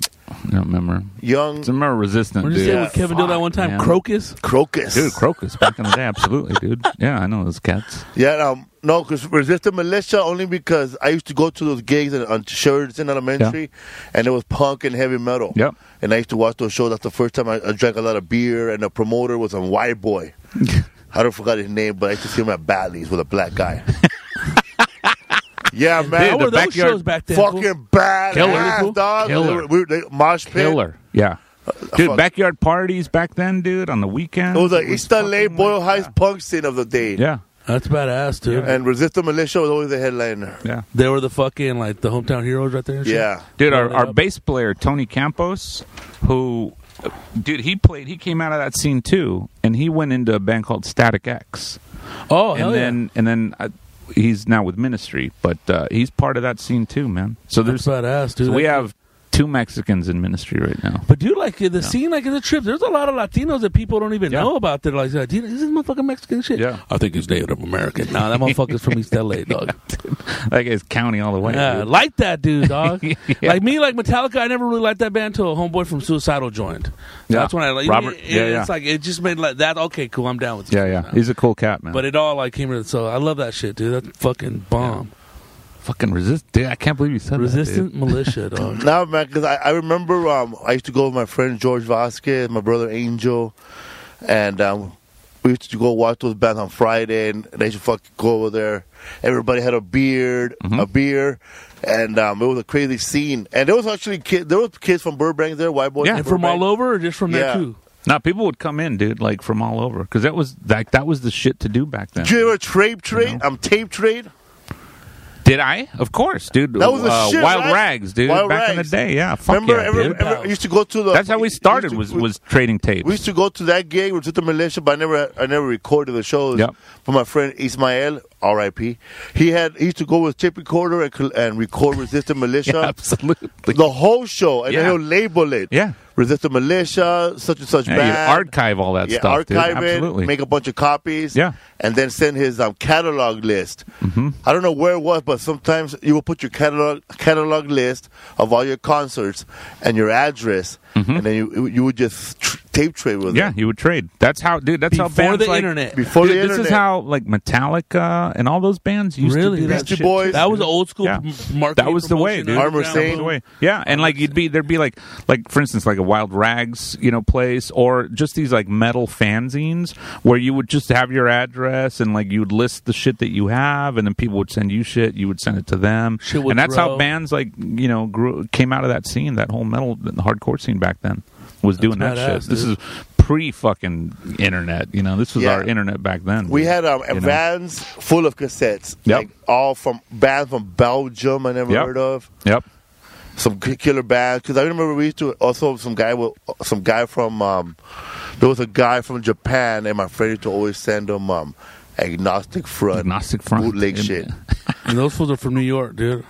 don't remember. young I remember resistant, What did you dude. say with Kevin Dill that one time? man. Crocus? Crocus. Dude, Crocus back in the day, absolutely, dude. Yeah, I know those cats. Yeah, um, no, because resist the militia only because I used to go to those gigs in, on Sheridan Elementary, and it was punk and heavy metal. Yep. And I used to watch those shows. That's the first time I, I drank a lot of beer, and the promoter was a white boy. I don't forgot his name, but I used to see him at Bally's with a black guy. yeah, How man, the were those backyard shows back then? fool? fucking bad Killer. ass, dog. Killer. They were- we were- they- mosh pit. Killer. Yeah. Dude, Uh, fuck. backyard parties back then, dude, on the weekend. It was the East LA fucking- Boyle Heights punk scene of the day. Yeah. That's badass, dude. And resist the militia was always the headliner. Yeah. They were the fucking like the hometown heroes right there. And shit? Yeah. Dude, our, Load it our up. bass player, Tony Campos, who, dude, he played, he came out of that scene too, and he went into a band called Static X. Oh, hell and then, and then uh, he's now with Ministry, but uh, he's part of that scene too, man. So yeah. That's there's, badass, dude. so we That- have two Mexicans in Ministry right now. But dude, like the scene, like in the trip, there's a lot of Latinos that people don't even Yeah. know about. They're like, "Dude, is this motherfucking Mexican shit?" Yeah. I think he's Native American. Nah, that motherfucker's from East LA, dog. That guy's county all the way. Yeah, dude. like that dude, dog. Yeah. Like me, like Metallica. I never really liked that band until homeboy from Suicidal joined. Yeah. That's when I like. Robert- it- yeah, yeah. It's like it just made like that. Okay, cool. I'm down with this yeah, shit yeah. now. He's a cool cat, man. But it all like came to so I love that shit, dude. That's fucking bomb. fucking resist, dude. I can't believe you said Resistant militia, dog. No, man, because I, I remember um, I used to go with my friend George Vasquez, my brother Angel, and um, we used to go watch those bands on Friday, and they used to fucking go over there. Everybody had a beard, Mm-hmm. a beer, and um, it was a crazy scene. And there was actually kid, there was kids from Burbank there, white boys. Yeah, and from all Burbank. over, or just from there Yeah. too. Now people would come in, dude, like from all over, because that was like that was the shit to do back then. Did you ever tape trade? I'm um, tape trade. Did I? Of course, dude. That was the uh, shit, Wild right? Rags, dude. Wild back in the Rags. day, yeah. Fuck remember, yeah, every, dude. every- I used to go to the. That's how we used started to- was was trading tapes. We used to go to that gig with the militia, but I never I never recorded the shows. Yep. But my friend Ismael, R.I.P. He had he used to go with tape recorder and, col- and record Resistant Militia. Absolutely. The whole show, and Yeah. then he'll label it. Yeah. Resistant Militia, such and such Yeah, you'd band. archive all that yeah, stuff, archive dude. it, Absolutely. make a bunch of copies, Yeah. and then send his um, catalog list. Mm-hmm. I don't know where it was, but sometimes you will put your catalog catalog list of all your concerts and your address, and then you you would just tr- tape trade with Mm-hmm. yeah, it. you would trade. That's how, dude. That's how Before bands the like, internet. Before dude, the this internet, is how like Metallica and all those bands used Really? to do that Beastie shit. Boys. too. That was an old school Yeah. m- marketing. That was the way, promotion dude. Armor underground. Saint. the way. Yeah, and like you'd be there'd be like like for instance like a Wild Rags you know place or just these like metal fanzines where you would just have your address and like you'd list the shit that you have and then people would send you shit you would send it to them Shit would and that's how grow. bands like you know grew came out of that scene that whole metal the hardcore scene back then was doing that badass, shit. This dude. is pre fucking internet you know this was Yeah. our internet back then. We had um, you know? vans full of cassettes, Yep. like all from bands from Belgium I never Yep. heard of. yep Some k- killer bands because I remember we used to also some guy with some guy from um, there was a guy from Japan and my friend used to always send him um, agnostic front, Agnostic Front. uh, bootleg Yeah. shit. And those fools are from New York, dude.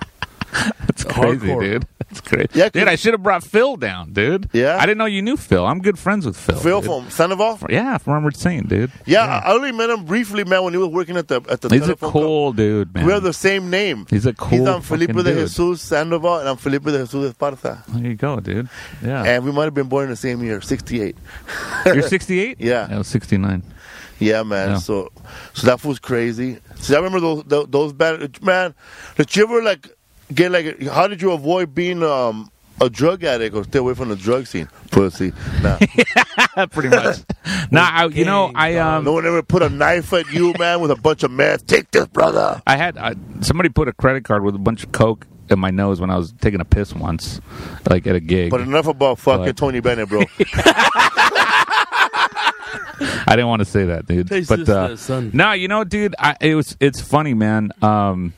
That's crazy, Hardcore. dude. That's crazy. Yeah, 'cause- dude, I should have brought Phil down, dude. Yeah? I didn't know you knew Phil. I'm good friends with Phil. Phil dude. from Sandoval. Yeah, from Armored Saint, dude. Yeah, I only met him briefly, man, when he was working at the at the. He's a telephone cool dude, co- man. We have the same name. He's a cool He's on Felipe fucking de dude. Jesus Sandoval, and I'm Felipe de Jesus Esparza, There you go, dude. Yeah. and we might have been born in the same year, '68. You're 68? Yeah. I was 69. Yeah, man. Yeah. So, so that was crazy. So I remember those those, those bad man. Did you ever like get like? How did you avoid being um a drug addict or stay away from the drug scene? Pussy. Nah. Pretty much. nah, I, you know, gangs, I um no one ever put a knife at you, man, with a bunch of meth. Take this, brother. I had I, somebody put a credit card with a bunch of coke in my nose when I was taking a piss once, like at a gig. But enough about fucking But- Tony Bennett, bro. I didn't want to say that, dude. Taste but this, uh, uh, son. no, you know, dude, I, it was it's funny, man. Um,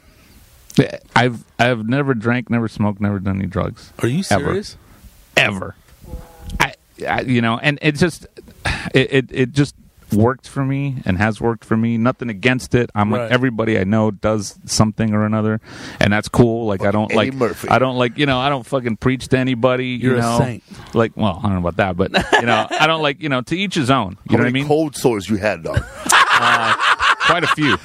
I've I've never drank, never smoked, never done any drugs Are you Ever. serious? ever. I, I you know, and it just it it, it just worked for me and has worked for me. Nothing against it. I'm Right. like everybody I know does something or another, and that's cool. Like I don't Eddie like Murphy. I don't like you know I don't fucking preach to anybody. You're you a know, saint. like well I don't know about that, but you know I don't like you know to each his own. You How know what I many mean? cold sores you had, dog? Quite a few.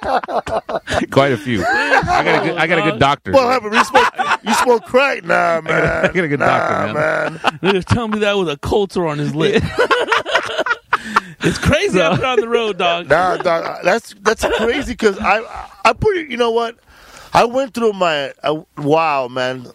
Quite a few. I got a good, I got a good doctor. what happened? You smoke, you smoke crack? Nah, man. I got a good nah, doctor, man. Niggas tell me that with a coulter on his lip. it's crazy out there on the road, dog. Nah, dog, that's that's crazy because I I put it. You know what? I went through my uh, wow, man.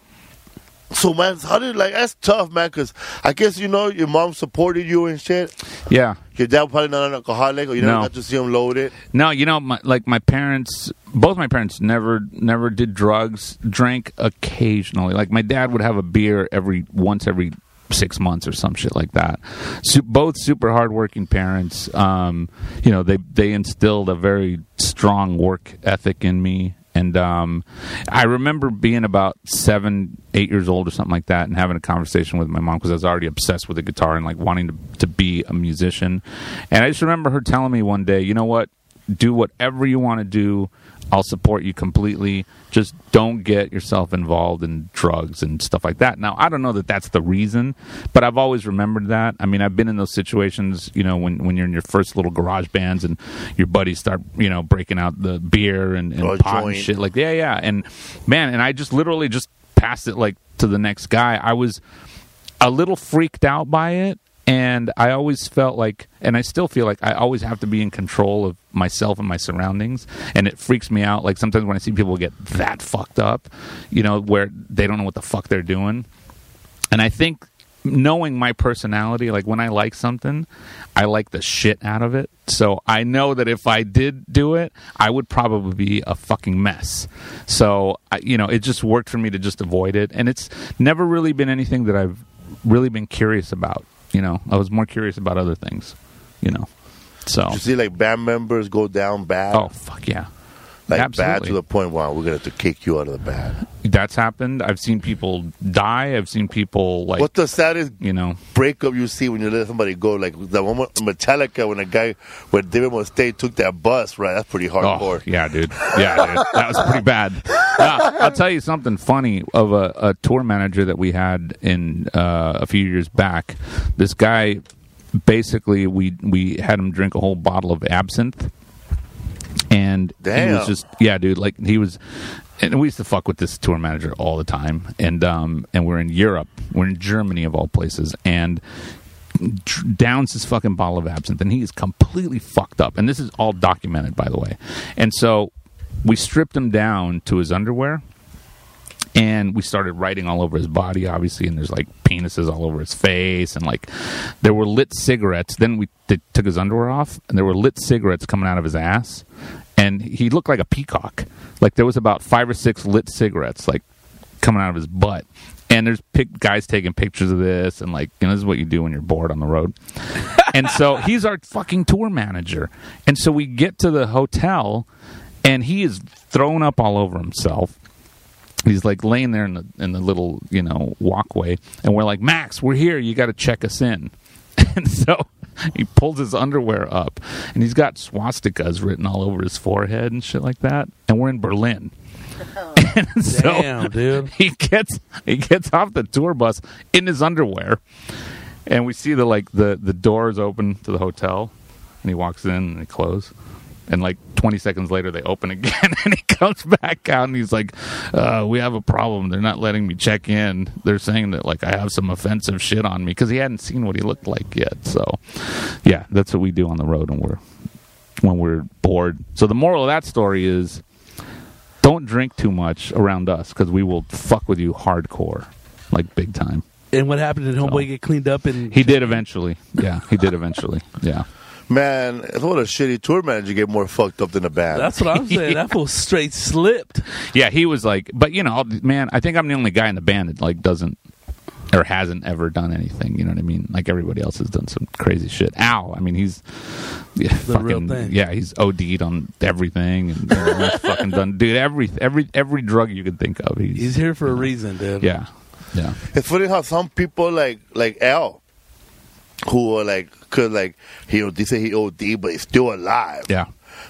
So man, how did like that's tough, man? Because I guess you know your mom supported you and shit. Yeah. Your dad probably not an alcoholic, or you never No. got to see him loaded. No, you know, my, like my parents, both my parents never never did drugs. Drank occasionally. Like my dad would have a beer every once every six months or some shit like that. Su- both super hardworking parents. Um, you know, they they instilled a very strong work ethic in me. And um, I remember being about seven, eight years old or something like that, and having a conversation with my mom because I was already obsessed with the guitar and like wanting to, to be a musician. And I just remember her telling me one day, you know what? do whatever you want to do. I'll support you completely. Just don't get yourself involved in drugs and stuff like that. Now, I don't know that that's the reason, but I've always remembered that. I mean, I've been in those situations, you know, when, when you're in your first little garage bands and your buddies start, you know, breaking out the beer and, and Or a pot and joint. shit. Like, yeah, yeah. And man, and I just literally just passed it like to the next guy. I was a little freaked out by it and i always felt like and i still feel like i always have to be in control of myself and my surroundings and it freaks me out like sometimes when i see people get that fucked up you know where they don't know what the fuck they're doing and i think knowing my personality like when i like something i like the shit out of it so i know that if i did do it i would probably be a fucking mess so I, you know it just worked for me to just avoid it and it's never really been anything that i've really been curious about you know i was more curious about other things you know so You see, like band members go down bad, oh fuck yeah like bad absolutely. to the point where we're gonna have to kick you out of the band. that's happened i've seen people die i've seen people like What the saddest you know breakup you see when you let somebody go, like the one with Metallica when a guy when David Mustaine took that bus, right? That's pretty Oh, hardcore. yeah, dude. Yeah, dude. That was pretty bad. Now, I'll tell you something funny of a, a tour manager that we had in uh, a few years back. This guy, basically, we we had him drink a whole bottle of absinthe, and he Damn. was just yeah, dude. Like he was, and we used to fuck with this tour manager all the time. And um, and we're in Europe, we're in Germany of all places, and tr- downs his fucking bottle of absinthe, and he is completely fucked up. And this is all documented, by the way. And so we stripped him down to his underwear, and we started writing all over his body, obviously. And there's like penises all over his face, and like there were lit cigarettes. Then we t- took his underwear off, and there were lit cigarettes coming out of his ass, and he looked like a peacock. Like there was about five or six lit cigarettes, like coming out of his butt. And there's pic- guys taking pictures of this, and like, you know, this is what you do when you're bored on the road. and so he's our fucking tour manager. And so we get to the hotel, and he is thrown up all over himself. He's like laying there in the in the little you know walkway, and we're like, Max, we're here. You got to check us in. And so he pulls his underwear up, and he's got swastikas written all over his forehead and shit like that. And we're in Berlin. And so Damn, dude. he gets he gets off the tour bus in his underwear, and we see the like the the doors open to the hotel, and he walks in and they close, and like twenty seconds later they open again, and he comes back out and he's like, uh, "We have a problem. They're not letting me check in. They're saying that like I have some offensive shit on me because he hadn't seen what he looked like yet." So, yeah, that's what we do on the road when we're when we're bored. So the moral of that story is don't drink too much around us because we will fuck with you hardcore, like big time. And what happened? Did homeboy Oh. get cleaned up? And He did eventually. Yeah, he did eventually. Yeah. Man, what a shitty tour manager get more fucked up than a band. that's what I'm saying. That fool straight slipped. Yeah, he was like, but you know, man, I think I'm the only guy in the band that like doesn't or hasn't ever done anything. You know what I mean? Like everybody else has done some crazy shit. Ow! I mean, he's yeah, The fucking, real thing. Yeah, he's OD'd on everything and you know, he's fucking done, dude. Every every every drug you could think of. He's, He's here for a reason, dude. yeah, yeah. it's funny how some people like like Al, who are like could like he they say he OD, but he's still alive. Yeah.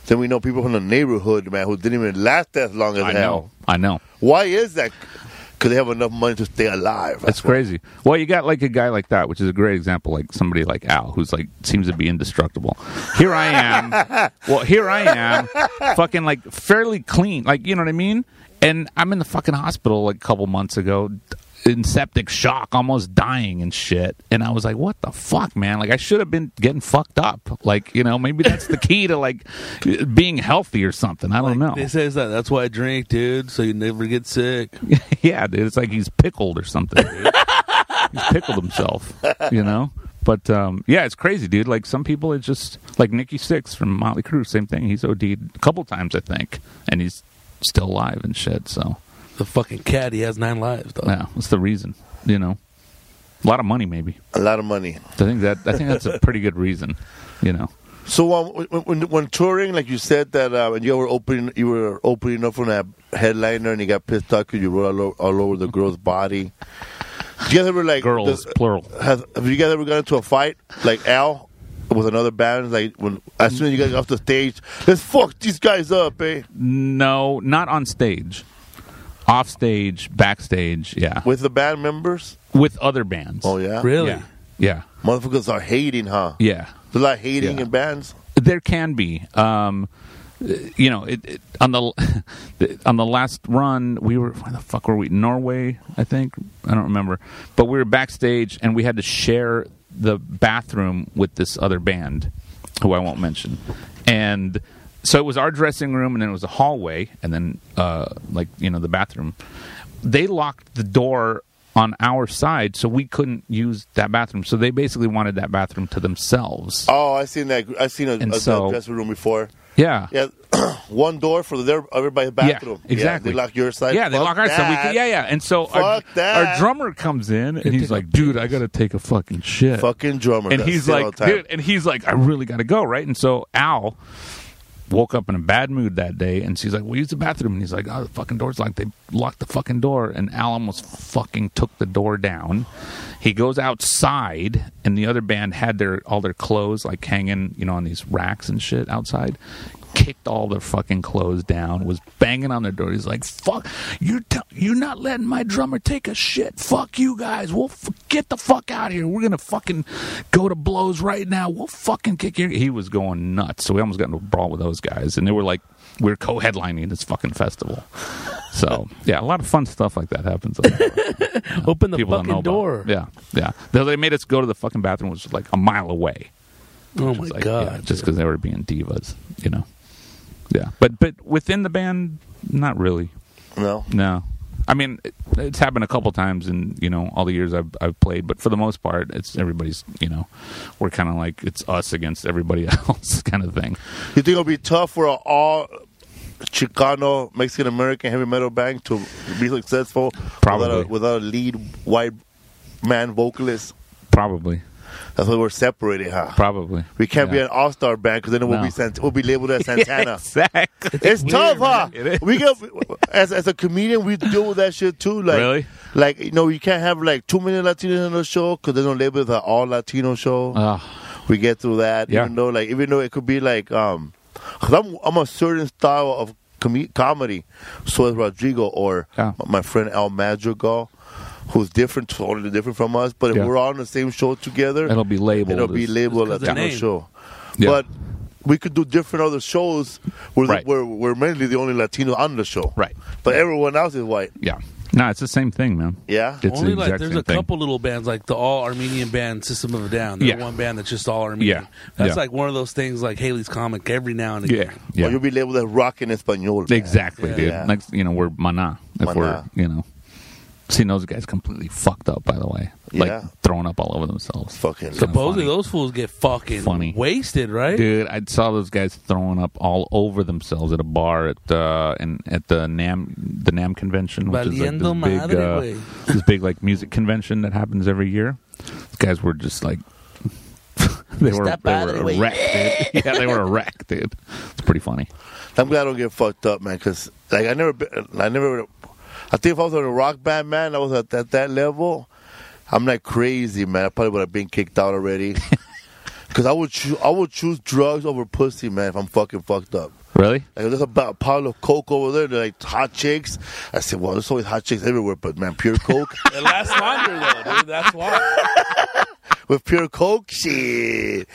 Then we know people from the neighborhood, man, who didn't even last as long as I hell. know. I know. Why is that? Because they have enough money to stay alive. That's crazy. Well, you got like a guy like that, which is a great example, like somebody like Al, who's like seems to be indestructible. Here I am. well, here I am, fucking like fairly clean, like you know what I mean. And I'm in the fucking hospital like a couple months ago, in septic shock, almost dying and shit. And I was like, what the fuck, man? Like I should have been getting fucked up. Like you know, maybe that's the key to like being healthy or something. I don't know. They say it's that. That's why I drink, dude. So you never get sick. yeah, dude, it's like he's pickled or something. Dude. he's pickled himself, you know. But um, yeah, it's crazy, dude. Like some people, it's just like Nikki Six from Motley Crue, same thing. He's OD'd a couple times, I think, and he's still alive and shit. So The fucking cat. He has nine lives. Though. yeah, what's the reason? You know, a lot of money, maybe. A lot of money. I think that I think that's a pretty good reason. You know, So um, when, when when touring, like you said that uh, when you were opening, you were opening up for that headliner, and you got pissed off because you wrote all, o- all over the girl's body. Do you guys ever like girls the- plural. Has, have you guys ever gotten into a fight like Al with another band? Like when as soon as you guys get off the stage, let's fuck these guys up, eh? No, not on stage. Off stage, backstage, yeah, With the band members? with other bands. Oh yeah, Really? Yeah. yeah, Motherfuckers are hating, huh? yeah. There's a lot of hating Yeah. in bands. There can be. Um, uh, you know, it, it, on the the- on the last run, we were where the fuck were we? Norway, I think. I don't remember. But we were backstage, and we had to share the bathroom with this other band, who I won't mention. And so it was our dressing room, and then it was a hallway, and then uh, like you know the bathroom. They locked the door on our side, so we couldn't use that bathroom. So they basically wanted that bathroom to themselves. Oh, I seen that. I seen a, And a, so- a dressing room before. Yeah. Yeah, one door for their everybody's bathroom. exactly. they lock your side. Yeah, they Fuck lock our side. We that. can, yeah, yeah. And so our, Fuck that. our drummer comes in and he's like, "Dude, I gotta take a fucking shit." Fucking drummer. and does he's shit all like, the time. "Dude," and he's like, "I really gotta go." Right. And so Al woke up in a bad mood that day, and she's like, "We'll use the bathroom." And he's like, "Oh, the fucking door's locked. They locked the fucking door." And Al almost fucking took the door down. He goes outside, and the other band had their all their clothes like hanging, you know, on these racks and shit outside. Kicked all their fucking clothes down. Was banging on their door. He's like, "Fuck you! T- you're not letting my drummer take a shit. Fuck you guys. We'll f- get the fuck out of here. We're gonna fucking go to blows right now. We'll fucking kick your." He was going nuts. So we almost got into a brawl with those guys, and they were like, we "We're co-headlining this fucking festival." So yeah, a lot of fun stuff like that happens. Open the People don't fucking know about. door. Yeah, yeah. They, they made us go to the fucking bathroom, which was like a mile away. Oh It my was like, god. yeah, just because they were being divas, you know. Yeah, but but within the band, not really. no. No, I mean it, it's happened a couple times in you know all the years I've I've played, but for the most part, it's everybody's you know we're kind of like it's us against everybody else kind of thing. You think it'll be tough for a all Chicano Mexican American heavy metal band to be successful Probably. without a, without a lead white man vocalist? Probably, That's why we're separated, huh? probably. We can't be Yeah. an all star band because then we'll No. be Sant- we'll be labeled as Santana. exactly. It's tough, huh? It is. We get as as a comedian, we deal with that shit too. Like, Really? like you know, you can't have like too many Latinos on the show because they don't label it the all Latino show. Ugh. we get through that, Yeah. even though like even though it could be like um, i I'm I'm a certain style of com- comedy. So is Rodrigo or Yeah. my friend El Madrigal, who's different, totally different from us. But if Yeah. we're all on the same show together, It'll be labeled It'll be as- labeled Just 'cause Latino of name. show, Yeah. but. We could do different other shows where, Right. where we're mainly the only Latino on the show. Right. But everyone else is white. Yeah. No, it's the same thing, man. Yeah? It's Only the like exact there's same a thing. couple little bands like the all Armenian band System of a Down. There's Yeah. one band that's just all Armenian. Yeah. That's Yeah. like one of those things like Haley's comic every now and Yeah. again. Yeah. Or you'll be labeled as rock in Espanol. Exactly, Yeah. dude. Yeah. Like you know, we're mana if Maná. we're you know. Seen those guys completely fucked up, by the way. Yeah. Like throwing up all over themselves. Fucking So- Supposedly Funny. those fools get fucking Funny. wasted, right? Dude, I saw those guys throwing up all over themselves at a bar at uh in at the Nam the Nam convention, which Valiendo is like this big, madre, uh, güey. this big like music convention that happens every year. These guys were just like they were Step they out of were the way. a wreck, dude. yeah, they were a wreck, dude. It's pretty funny. I'm glad I don't get fucked up, man. Cause like I never, been, I never. I think if I was in a rock band, man, I was at that, that level. I'm not crazy, man. I probably would have been kicked out already. Because I would choo- I would choose drugs over pussy, man. If I'm fucking fucked up. Really? Like there's about a pile of coke over there. They're like hot chicks. I said, well, there's always hot chicks everywhere, but man, pure coke It lasts longer though, dude. That's why. with pure coke, shit.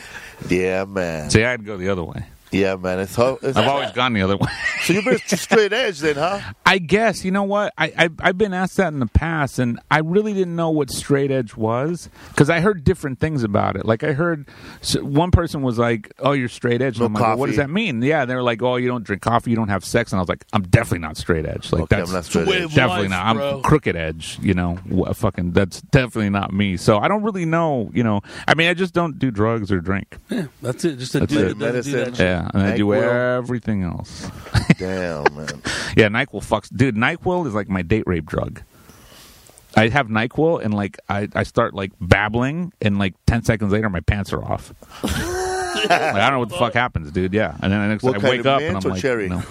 Yeah, man. See, I'd go the other way. Yeah, man. It's how. It's, I've always gone the other way. so you're pretty straight edge then, huh? I guess you know what I, I I've been asked that in the past, and I really didn't know what straight edge was because I heard different things about it. Like I heard s one person was like, "Oh, you're straight edge." And No I'm like, well, what does coffee. that mean? Yeah, they were like, "Oh, you don't drink coffee, you don't have sex," and I was like, "I'm definitely not straight edge. Like Okay, that's I'm not straight Wait, edge. definitely Life, not. bro. I'm crooked edge. You know, Wha- fucking. That's definitely not me. So I don't really know. You know, I mean, I just don't do drugs or drink. That's it. Just a That's dude that doesn't do it. that Medicine. shit. Yeah, and I do NyQuil. everything else. Damn, man. Yeah, Nyquil fucks, dude. Nyquil is like my date rape drug. I have Nyquil and like I, I start like babbling and like ten seconds later my pants are off. like, I don't know what the fuck happens, dude. Yeah, and then the next What I kind wake of up and I'm mint or like, cherry? no.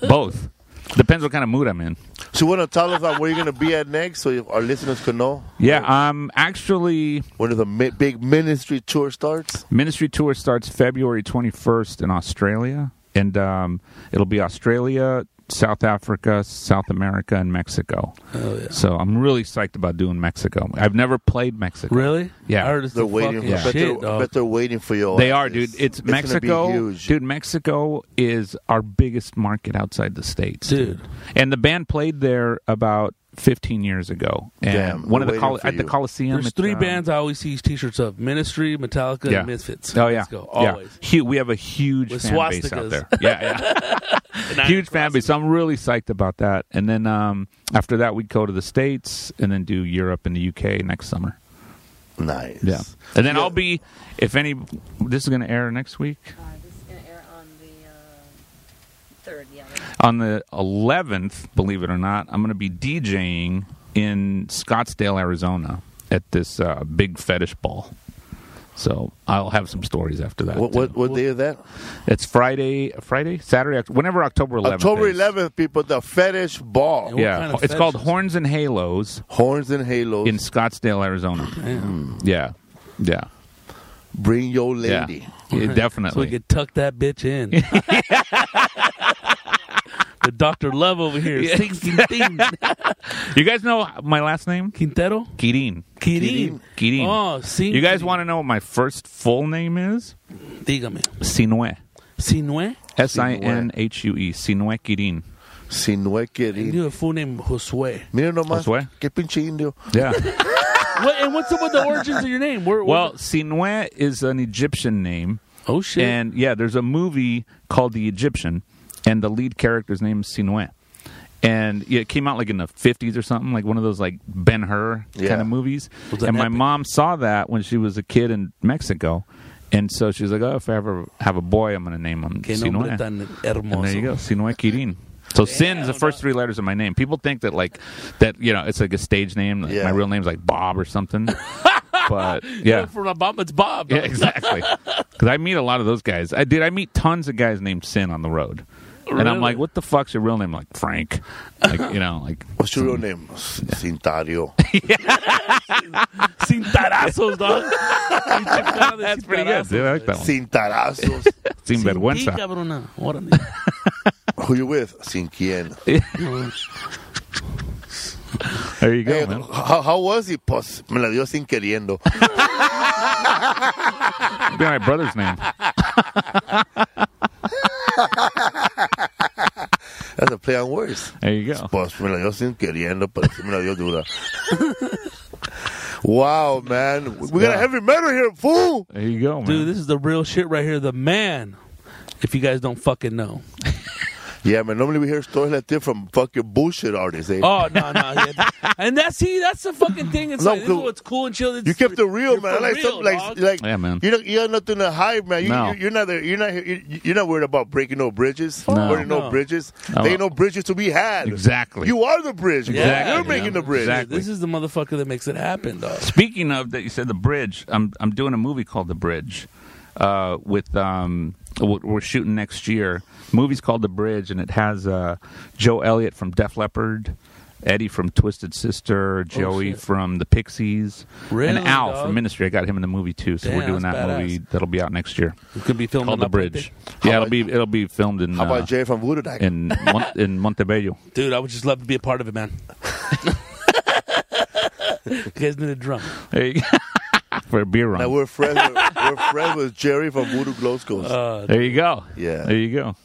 both. Depends what kind of mood I'm in. So you want to tell us on where you're gonna be at next, so you- our listeners can know Yeah, I'm actually when the mi- big ministry tour starts? Ministry tour starts February 21st in Australia, and um, it'll be Australia, South Africa, South America, and Mexico. Oh, yeah. So I'm really psyched about doing Mexico. I've never played Mexico. Really? Yeah. I heard it's They're the waiting. fucking For, I bet, shit, they're, I dog. bet they're waiting for you. They are, dude. It's, gonna be Mexico, huge. dude. Mexico is our biggest market outside the states, Dude. And the band played there about 15 years ago. And Damn, one of we're the waiting col- for at the you. Coliseum. There's it's, three um, bands I always see T-shirts of: Ministry, Metallica, Yeah. and Misfits. Oh yeah. Let's go Yeah. always. Hu- we have a huge With fan base out swastikas. there. Yeah, yeah. And I- huge fan base. I'm really psyched about that. And then um, after that, we'd go to the states and then do Europe and the UK next summer. nice. Yeah, and then I'll be if any. This is going to air next week Uh, this is going to air on the uh, 3rd, yeah. that's- on the 11th. Believe it or not, I'm going to be DJing in Scottsdale, Arizona, at this uh, big fetish ball. So I'll have some stories after that. What, too. what what day is that? It's Friday, Friday, Saturday, Oct- whenever October 11th. October is. 11th, people. The fetish ball, What Yeah, kind of it's called fetishes? Horns and Halos horns and halos. in Scottsdale, Arizona. Yeah, yeah, Bring your yeah. lady. Yeah, So we definitely. could tuck that bitch in. the Doctor Love over here. Sing Quintin. you guys know my last name? Quintero. Kirin. Quirin. Kirin. Oh, sing. you guys want to know what my first full name is? Dígame. Sinue. Sinue. S I N H U E. Sinue Kirin. Sin You querido. have a full name Josue. Mira nomás. Josué. Qué pinche indio. Yeah. What, and what's up with the origins of your name? Where, well, Sinue is an Egyptian name. oh shit. And yeah, there's a movie called The Egyptian, and the lead character's name is Sinue. And yeah, it came out like in the fifties or something, like one of those like Ben Hur Yeah. kind of movies. Was an And my epic. mom saw that when she was a kid in Mexico, and so she was like, "Oh, if I ever have a boy, I'm gonna name him Que Sinue." nombre tan And hermoso. there you go, Sinue Kirin. So Sin's the first three letters of my name. People think that like that you know it's like a stage name. Like Yeah. My real name's like Bob or something. but Yeah. yeah, From Obama, it's Bob. yeah, exactly. Because I meet a lot of those guys. I did. I meet tons of guys named Sin on the road, and Really? I'm like, "What the fuck's your real name?" Like Frank. Like you know, like What's your real name? S- Sintario. Sin tarazos, dog. That's that's pretty good. Dude, I like that one. Sintarazos. Sin Vergüenza. vergüenza. Who you with? Sin quien. There you go, Hey, man. how, how was he? Pues me la dio sin queriendo. That'd be my brother's name. That's a play on words. There you go. Pues me la dio sin queriendo, pero sí me la dio duda. wow, man. We got a heavy metal here, fool. There you go, man. Dude, this is the real shit right here. The man. If you guys don't fucking know. Yeah, man. Normally we hear stories like this from fucking bullshit artists. Eh? Oh no, no. yeah. And that's see, that's the fucking thing. It's No, like this is dude. what's cool and chill. It's You kept it real, you're man. I for like real, something like, dog. like Yeah, man. You don't, you got nothing to hide, man. You, No. you, are not there. You're not. You, you're not worried about breaking no bridges. No. Burning no, No. bridges. No. There ain't no bridges to be had. Exactly. You are the bridge. bro. Exactly, You're yeah. making the bridge. Exactly. This is the motherfucker that makes it happen, dog. Speaking of that, you said the bridge. I'm I'm doing a movie called The Bridge, uh, with um, w- we're shooting next year. Movie's called The Bridge, and it has uh, Joe Elliott from Def Leppard Eddie from Twisted Sister, Joey Oh, shit. from the Pixies, Really, and Al dog? from Ministry. I got him in the movie too, so Damn, we're doing that that's badass. movie that'll be out next year It could be filmed called in The Aponte. Bridge. How yeah, it'll about- be it'll be filmed in How uh, about Jay from Voodoo Night? in Mon- in Montebello. Dude, I would just love to be a part of it, man. you guys need a drum. There you go. For a beer Now run. we're friends. With, we're friends with Jerry from Voodoo Glow Schools. Uh, There you go. Yeah. There you go.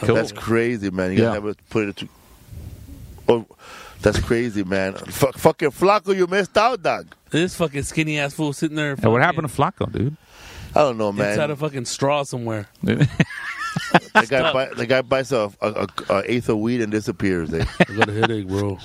Cool. That's crazy, man. You guys Yeah. never put it to. Oh, that's crazy, man. Fuck fucking Flacco, you missed out, dog. this fucking skinny ass fool sitting there. Hey, fucking what happened to Flacco, dude? I don't know, man. Inside a fucking straw somewhere. the guy, buy, the guy buys a, a, a, a eighth of weed and disappears. Eh? I got a headache, bro.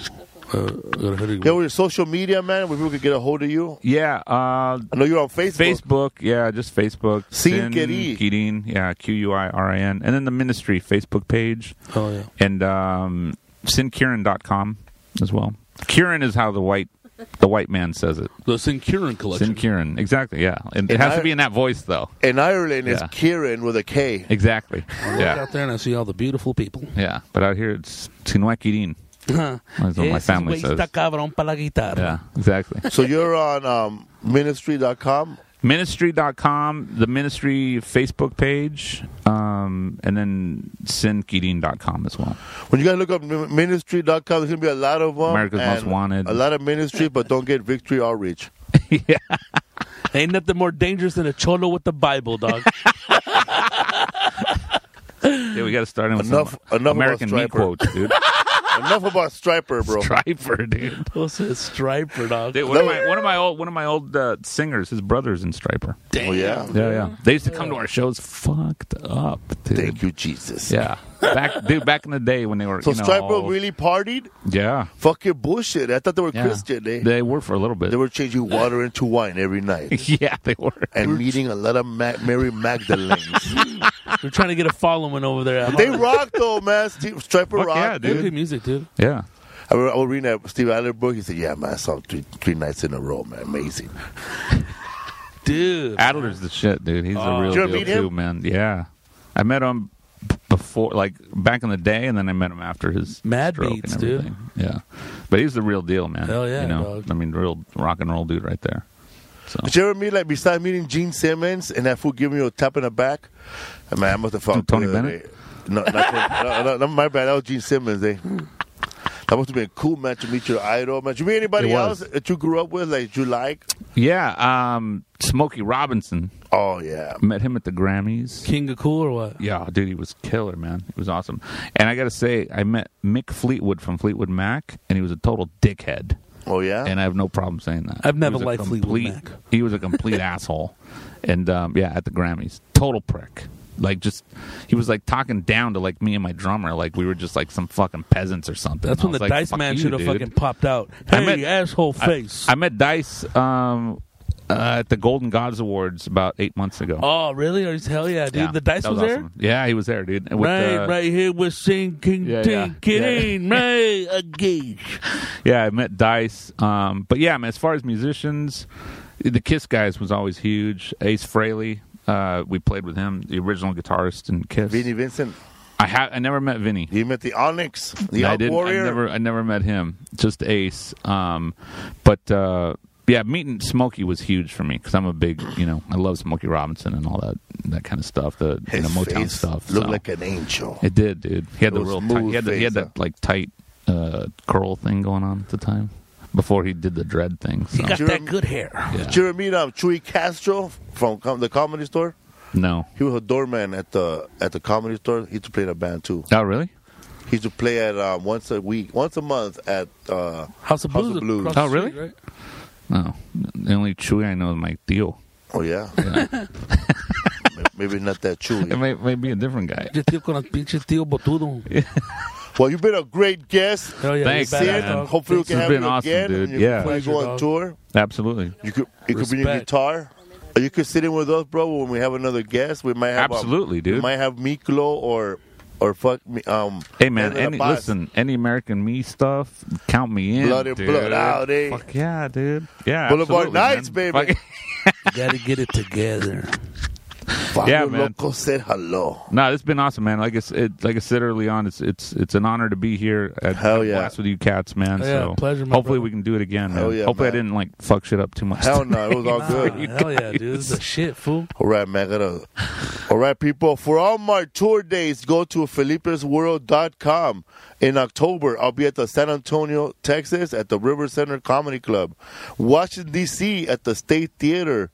Uh, I got a headache. Yo, Bro. with your social media, man, where people could get a hold of you. yeah. Uh, I know you're on Facebook. Facebook, yeah, just Facebook. Sin Quirin. Quirin, yeah, Q U I R I N, and then the ministry Facebook page, Oh yeah. and um, sinkirin.com as well. Kieran is how the white the white man says it. The Sincurin Sin collection. Kieran, exactly, yeah. And it And has I- to be in that voice though. In Ireland, it's Yeah. Kieran with a K. Exactly, I Oh. look yeah, out there and I see all the beautiful people. yeah. But out here it's Sinua Quirin. That's what my family says. cabrón para la guitarra. Yeah, exactly. So you're on um, ministry.com. ministry.com, the ministry Facebook page, um, and then sinkirin.com as well. When you guys look up mi- ministry.com, there's going to be a lot of them. America's Most and Wanted. A lot of ministry, but don't get victory outreach. yeah. Ain't nothing more dangerous than a cholo with the Bible, dog. Yeah, we got to start in with Enough- some enough about American meat Striper. quotes, dude. Enough about Striper, bro. Striper, dude. What's a striper, dog? Dude, one, of my, one of my old one of my old uh, singers, his brother's in Striper. Oh, yeah. Yeah, yeah. They used to come to our shows, fucked up, dude. Thank you, Jesus. Yeah, back dude, back in the day when they were So you know, Striper all- really partied? yeah, Fucking bullshit. I thought they were yeah. Christian. They, they, they were for a little bit. were changing water into wine every night yeah, they were. and meeting a lot of Ma- Mary Magdalene's. You're trying to get a following over there. they rock, though, man. Steve, Striper Fuck rock. yeah, They dude. play music, dude. Yeah, I, remember, I was reading that Steve Adler book. He said, yeah, man, I saw three, three nights in a row, man. Amazing. Dude. Adler's the shit, dude. He's Oh. a real Did you deal ever meet him? too, man. Yeah, I met him b- before, like back in the day, and then I met him after his Mad stroke Beats, and dude. everything. Yeah, but he's the real deal, man. Hell yeah, you know, dog. I mean, real rock and roll dude right there. So Did you ever meet, like, besides meeting Gene Simmons and that fool giving you a tap in the back? Man, I must have fucked Tony with it, Bennett? eh. No, not Tony- no, no, no, my bad. That was Gene Simmons, eh? That must have been cool, man, to meet your idol, man. Did you meet anybody It was. else that you grew up with, like, you like? yeah, um, Smokey Robinson Oh, yeah. met him at the Grammys. King of Cool or what? Yeah, dude, he was killer, man. He was awesome. And I got to say, I met Mick Fleetwood from Fleetwood Mac, and he was a total dickhead. Oh, yeah? And I have no problem saying that. I've never He was a liked Fleetwood complete, Mac. He was a complete asshole. And um, yeah, at the Grammys, total prick. Like just, he was like talking down to like me and my drummer, like we were just like some fucking peasants or something. That's I when the was like, Dice "Fuck Man you, should have dude." fucking popped out. I Hey, met- asshole face. I met Dice um, uh, at the Golden Gods Awards about eight months ago. oh, really? Are you, hell yeah, dude. Yeah, the Dice that was, was there? awesome. Yeah, he was there, dude. With, Right, uh, right here with sinking, Yeah, yeah, tinking yeah. in, right again. Yeah, I met Dice. Um, but yeah, I mean, as far as musicians, the Kiss guys was always huge. Ace Frehley, uh, we played with him, the original guitarist in Kiss. Vinny Vincent. I ha- I never met Vinny. You met the Onyx, the I Out didn't. Warrior. I never. I never met him. Just Ace. Um, but uh, yeah, meeting Smokey was huge for me because I'm a big, you know, I love Smokey Robinson and all that that kind of stuff, the you His know, Motown face stuff. looked so. like an angel. it did, dude. He had It the was real. smooth Tight, he had, the, he had face, that like tight uh, curl thing going on at the time before he did the dread thing. So. You got Jerem- that good hair. Yeah. Did you ever meet um, Chuy Castro from com- the comedy store? No. He was a doorman at the at the comedy store. He used to play in a band too. Oh, really? He used to play at um, once a week, once a month at uh, House of House Blues. of Blues. across the Oh, really? street, right? No. The only Chewy I know is Mike Deal. oh yeah, May- maybe not that It Chewy. may, may be a different guy. Pinche tío con las pinches tío botudo. Well, you've been a great guest. Hell yeah, Thanks, you Sid. badass, man. dog. Hopefully we This can has have been you awesome, again. dude. and Yeah. you can go Pleasure, on dog. tour. Absolutely. You could you could bring your Respect. guitar. Or You could sit in with us, bro. When we have another guest, we might have um, Absolutely, dude. We might have Miklo or or fuck me. Um, Hey, man, Pedro any, Paz. listen, any American Me stuff, count me in. Blood and dude. blood out, eh? Fuck yeah, dude. Yeah. Boulevard absolutely, man. Nights, baby. Fuck- Gotta get it together. Fabio Yeah, man. Loco said hello. No, it's been awesome, man. Like I, s- it, like I said early on, it's it's it's an honor to be here at Hell at yeah. Blast with you cats, man. Yeah, so pleasure, my hopefully brother. we can do it again. Hell man. yeah, hopefully man. I didn't like fuck shit up too much. Hell no, it was all Nah, good. hell yeah, dude. This is the shit, fool. All right, man. I gotta. All right, people. For all my tour dates, go to felipesworld.com. In October, I'll be at the San Antonio, Texas, at the River Center Comedy Club, Washington D.C. at the State Theater,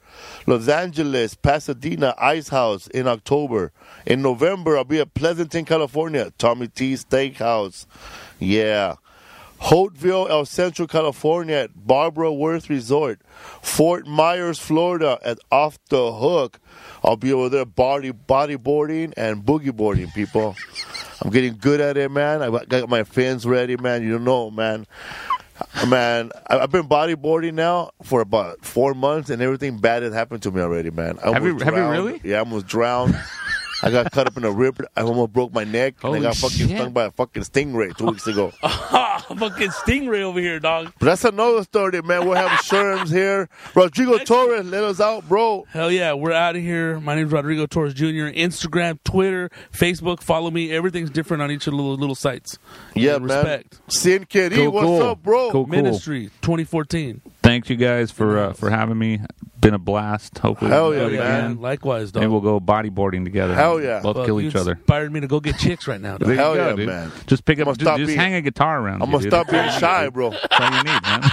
Los Angeles, Pasadena, Ice House. In October, in November, I'll be at Pleasanton, California, Tommy T Steakhouse. Yeah. Hauteville, El Centro, California at Barbara Worth Resort. Fort Myers, Florida at Off the Hook. I'll be over there body bodyboarding and boogie boarding, people. I'm getting good at it, man. I got my fins ready, man. You know, man. Man, I- I've been bodyboarding now for about four months, and everything bad has happened to me already, man. I Have you- almost have you drowned. really? Yeah, I almost drowned. I got cut up in a rib. I almost broke my neck, Holy and I got fucking shit. stung by a fucking stingray two weeks ago. Fucking stingray over here, dog. But that's another story, man. We'll have Sherms here. Rodrigo Torres let us out, bro. Hell yeah, we're out of here. My name's Rodrigo Torres Jr. Instagram, Twitter, Facebook. Follow me. Everything's different on each of the little, little sites. Yeah, man. Respect. Sin Kitty, Cool, what's cool. up, bro? Cool. Ministry 2014. Thank you guys for uh, for having me. Been a blast. Hopefully, Hell we'll do yeah, it man. again. Likewise, dog. Maybe we'll go bodyboarding together. Hell yeah. Both Fuck, kill you each other. Inspired me to go get chicks right now. Dog. There you Hell go, yeah, dude. man. Just pick I'ma up. Just, stop just being- hang a guitar around. I'm you, gonna dude. stop being shy, bro. That's all you need, man.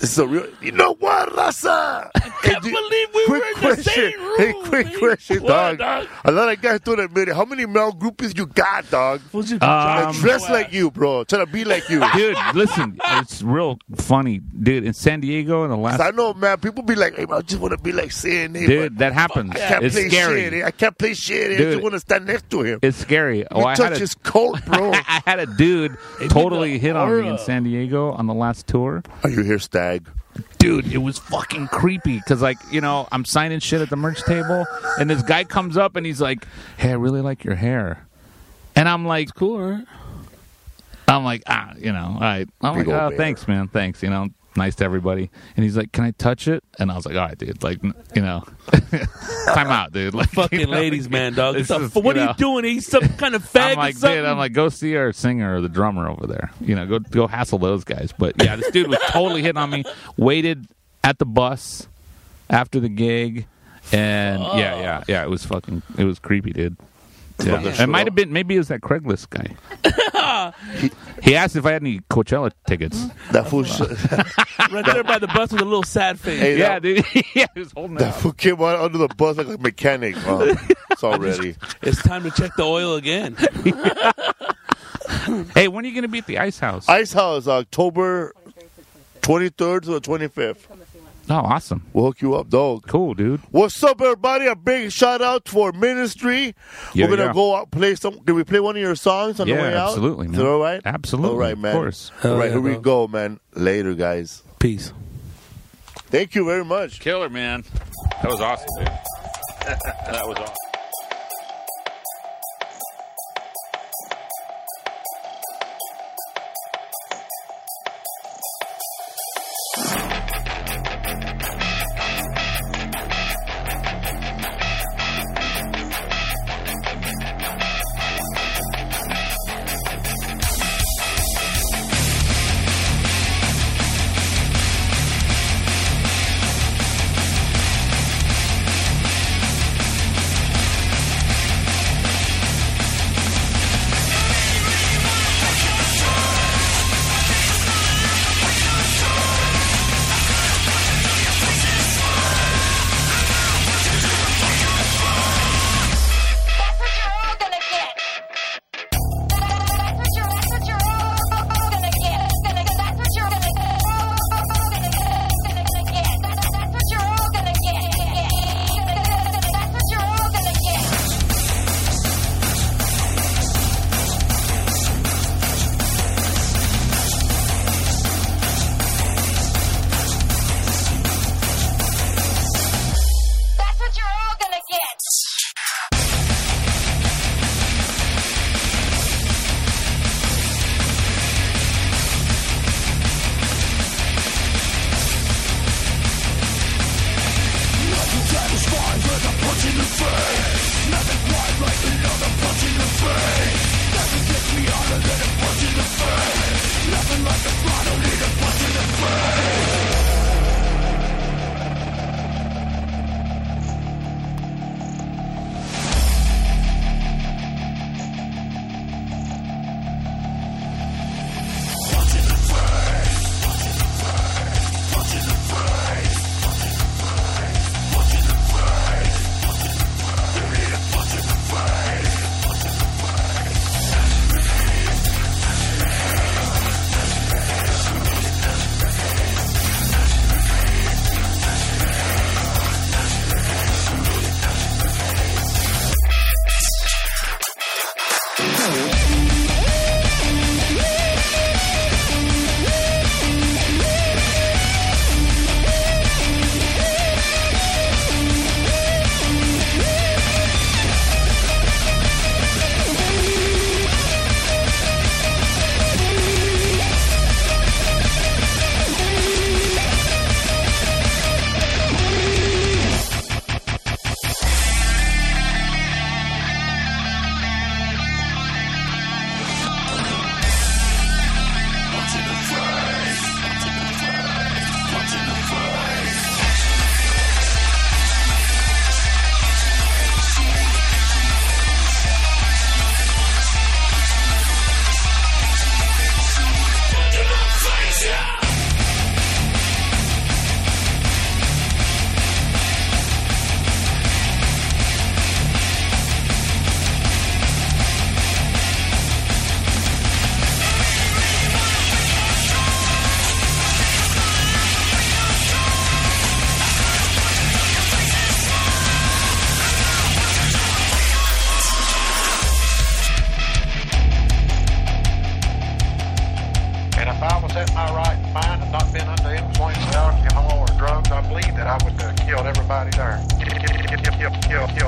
This is a real. You know what, Rasa? I can't believe we were in the same room, Hey, quick man. question, What, dog. dog? A lot of guys don't admit it. How many male groupies you got, dog? We'll just Um, I dress like you, bro. Try to be like you. dude, listen, it's real funny, dude. In San Diego, in the 'Cause last I know, man. People be like, "Hey, man, I just want to be like Sin." eh, dude, but that happens. I can't It's play scary. shit. eh. I can't play shit. eh. I just Dude. want to stand next to him. It's scary. You Oh, I touch had a, his coat, bro. I had a dude totally hit on me aura. in San Diego on the last tour. Are you here, Stag? Dude, it was fucking creepy because, like, you know, I'm signing shit at the merch table, and this guy comes up and he's like, "Hey, I really like your hair," and I'm like, cool, right? I'm like, ah, you know, all right. I'm Big like, old oh, bear. thanks, man, thanks. You know, nice to everybody. And he's like, can I touch it? And I was like, all right, dude. Like, n- you know, time out, dude. Like, Fucking you know, ladies, man, dog. this What the is, fu- what you are know. you doing? He's some kind of fag I'm like, or dude. something. I'm like, go see our singer or the drummer over there. You know, go go hassle those guys. But yeah, this dude was totally hitting on me. Waited at the bus after the gig, and yeah, yeah, yeah. It was fucking. It was creepy, dude. Yeah. Fucking It shit might up. have been. Maybe it was that Craigslist guy. he asked if I had any Coachella tickets. That fool, sh- right there by the bus with a little sad face. Hey, Yeah, that, dude. yeah, he was holding it that up. fool came out under the bus like a mechanic. Oh, it's already. It's time to check the oil again. Hey, when are you going to be at the Ice House? Ice House, October 23rd to the 25th. oh, awesome. We'll hook you up, dog. Cool, dude. What's up, everybody? A big shout out for Ministry. Yeah, We're gonna yeah. go out play some. Did we play one of your songs on the yeah, way out? absolutely, Is man. it all right? Absolutely. All right, man. Of course. All Hell right, yeah, here we dog. go, man. Later, guys. Peace. Thank you very much. Killer, man. That was awesome, dude. that was awesome. That's what you're all gonna get. That's what you're. That's what you're all gonna get. Gonna get. That's what you're gonna get. Gonna get. Gonna gonna get. That's that's what you're all gonna get. Gonna gonna gonna. That's what you're all gonna get. That's what you're all gonna get.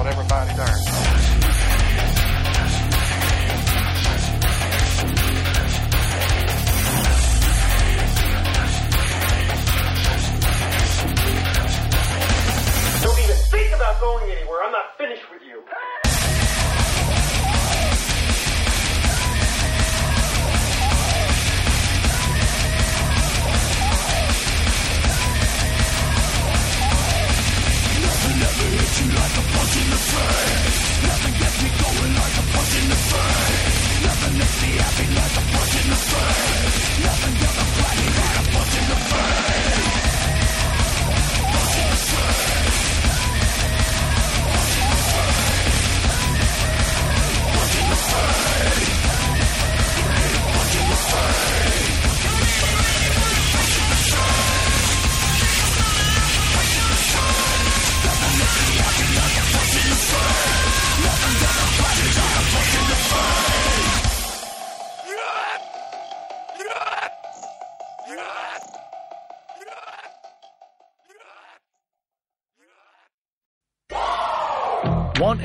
everybody there. Don't even think about going anywhere. I'm not finished with you. Want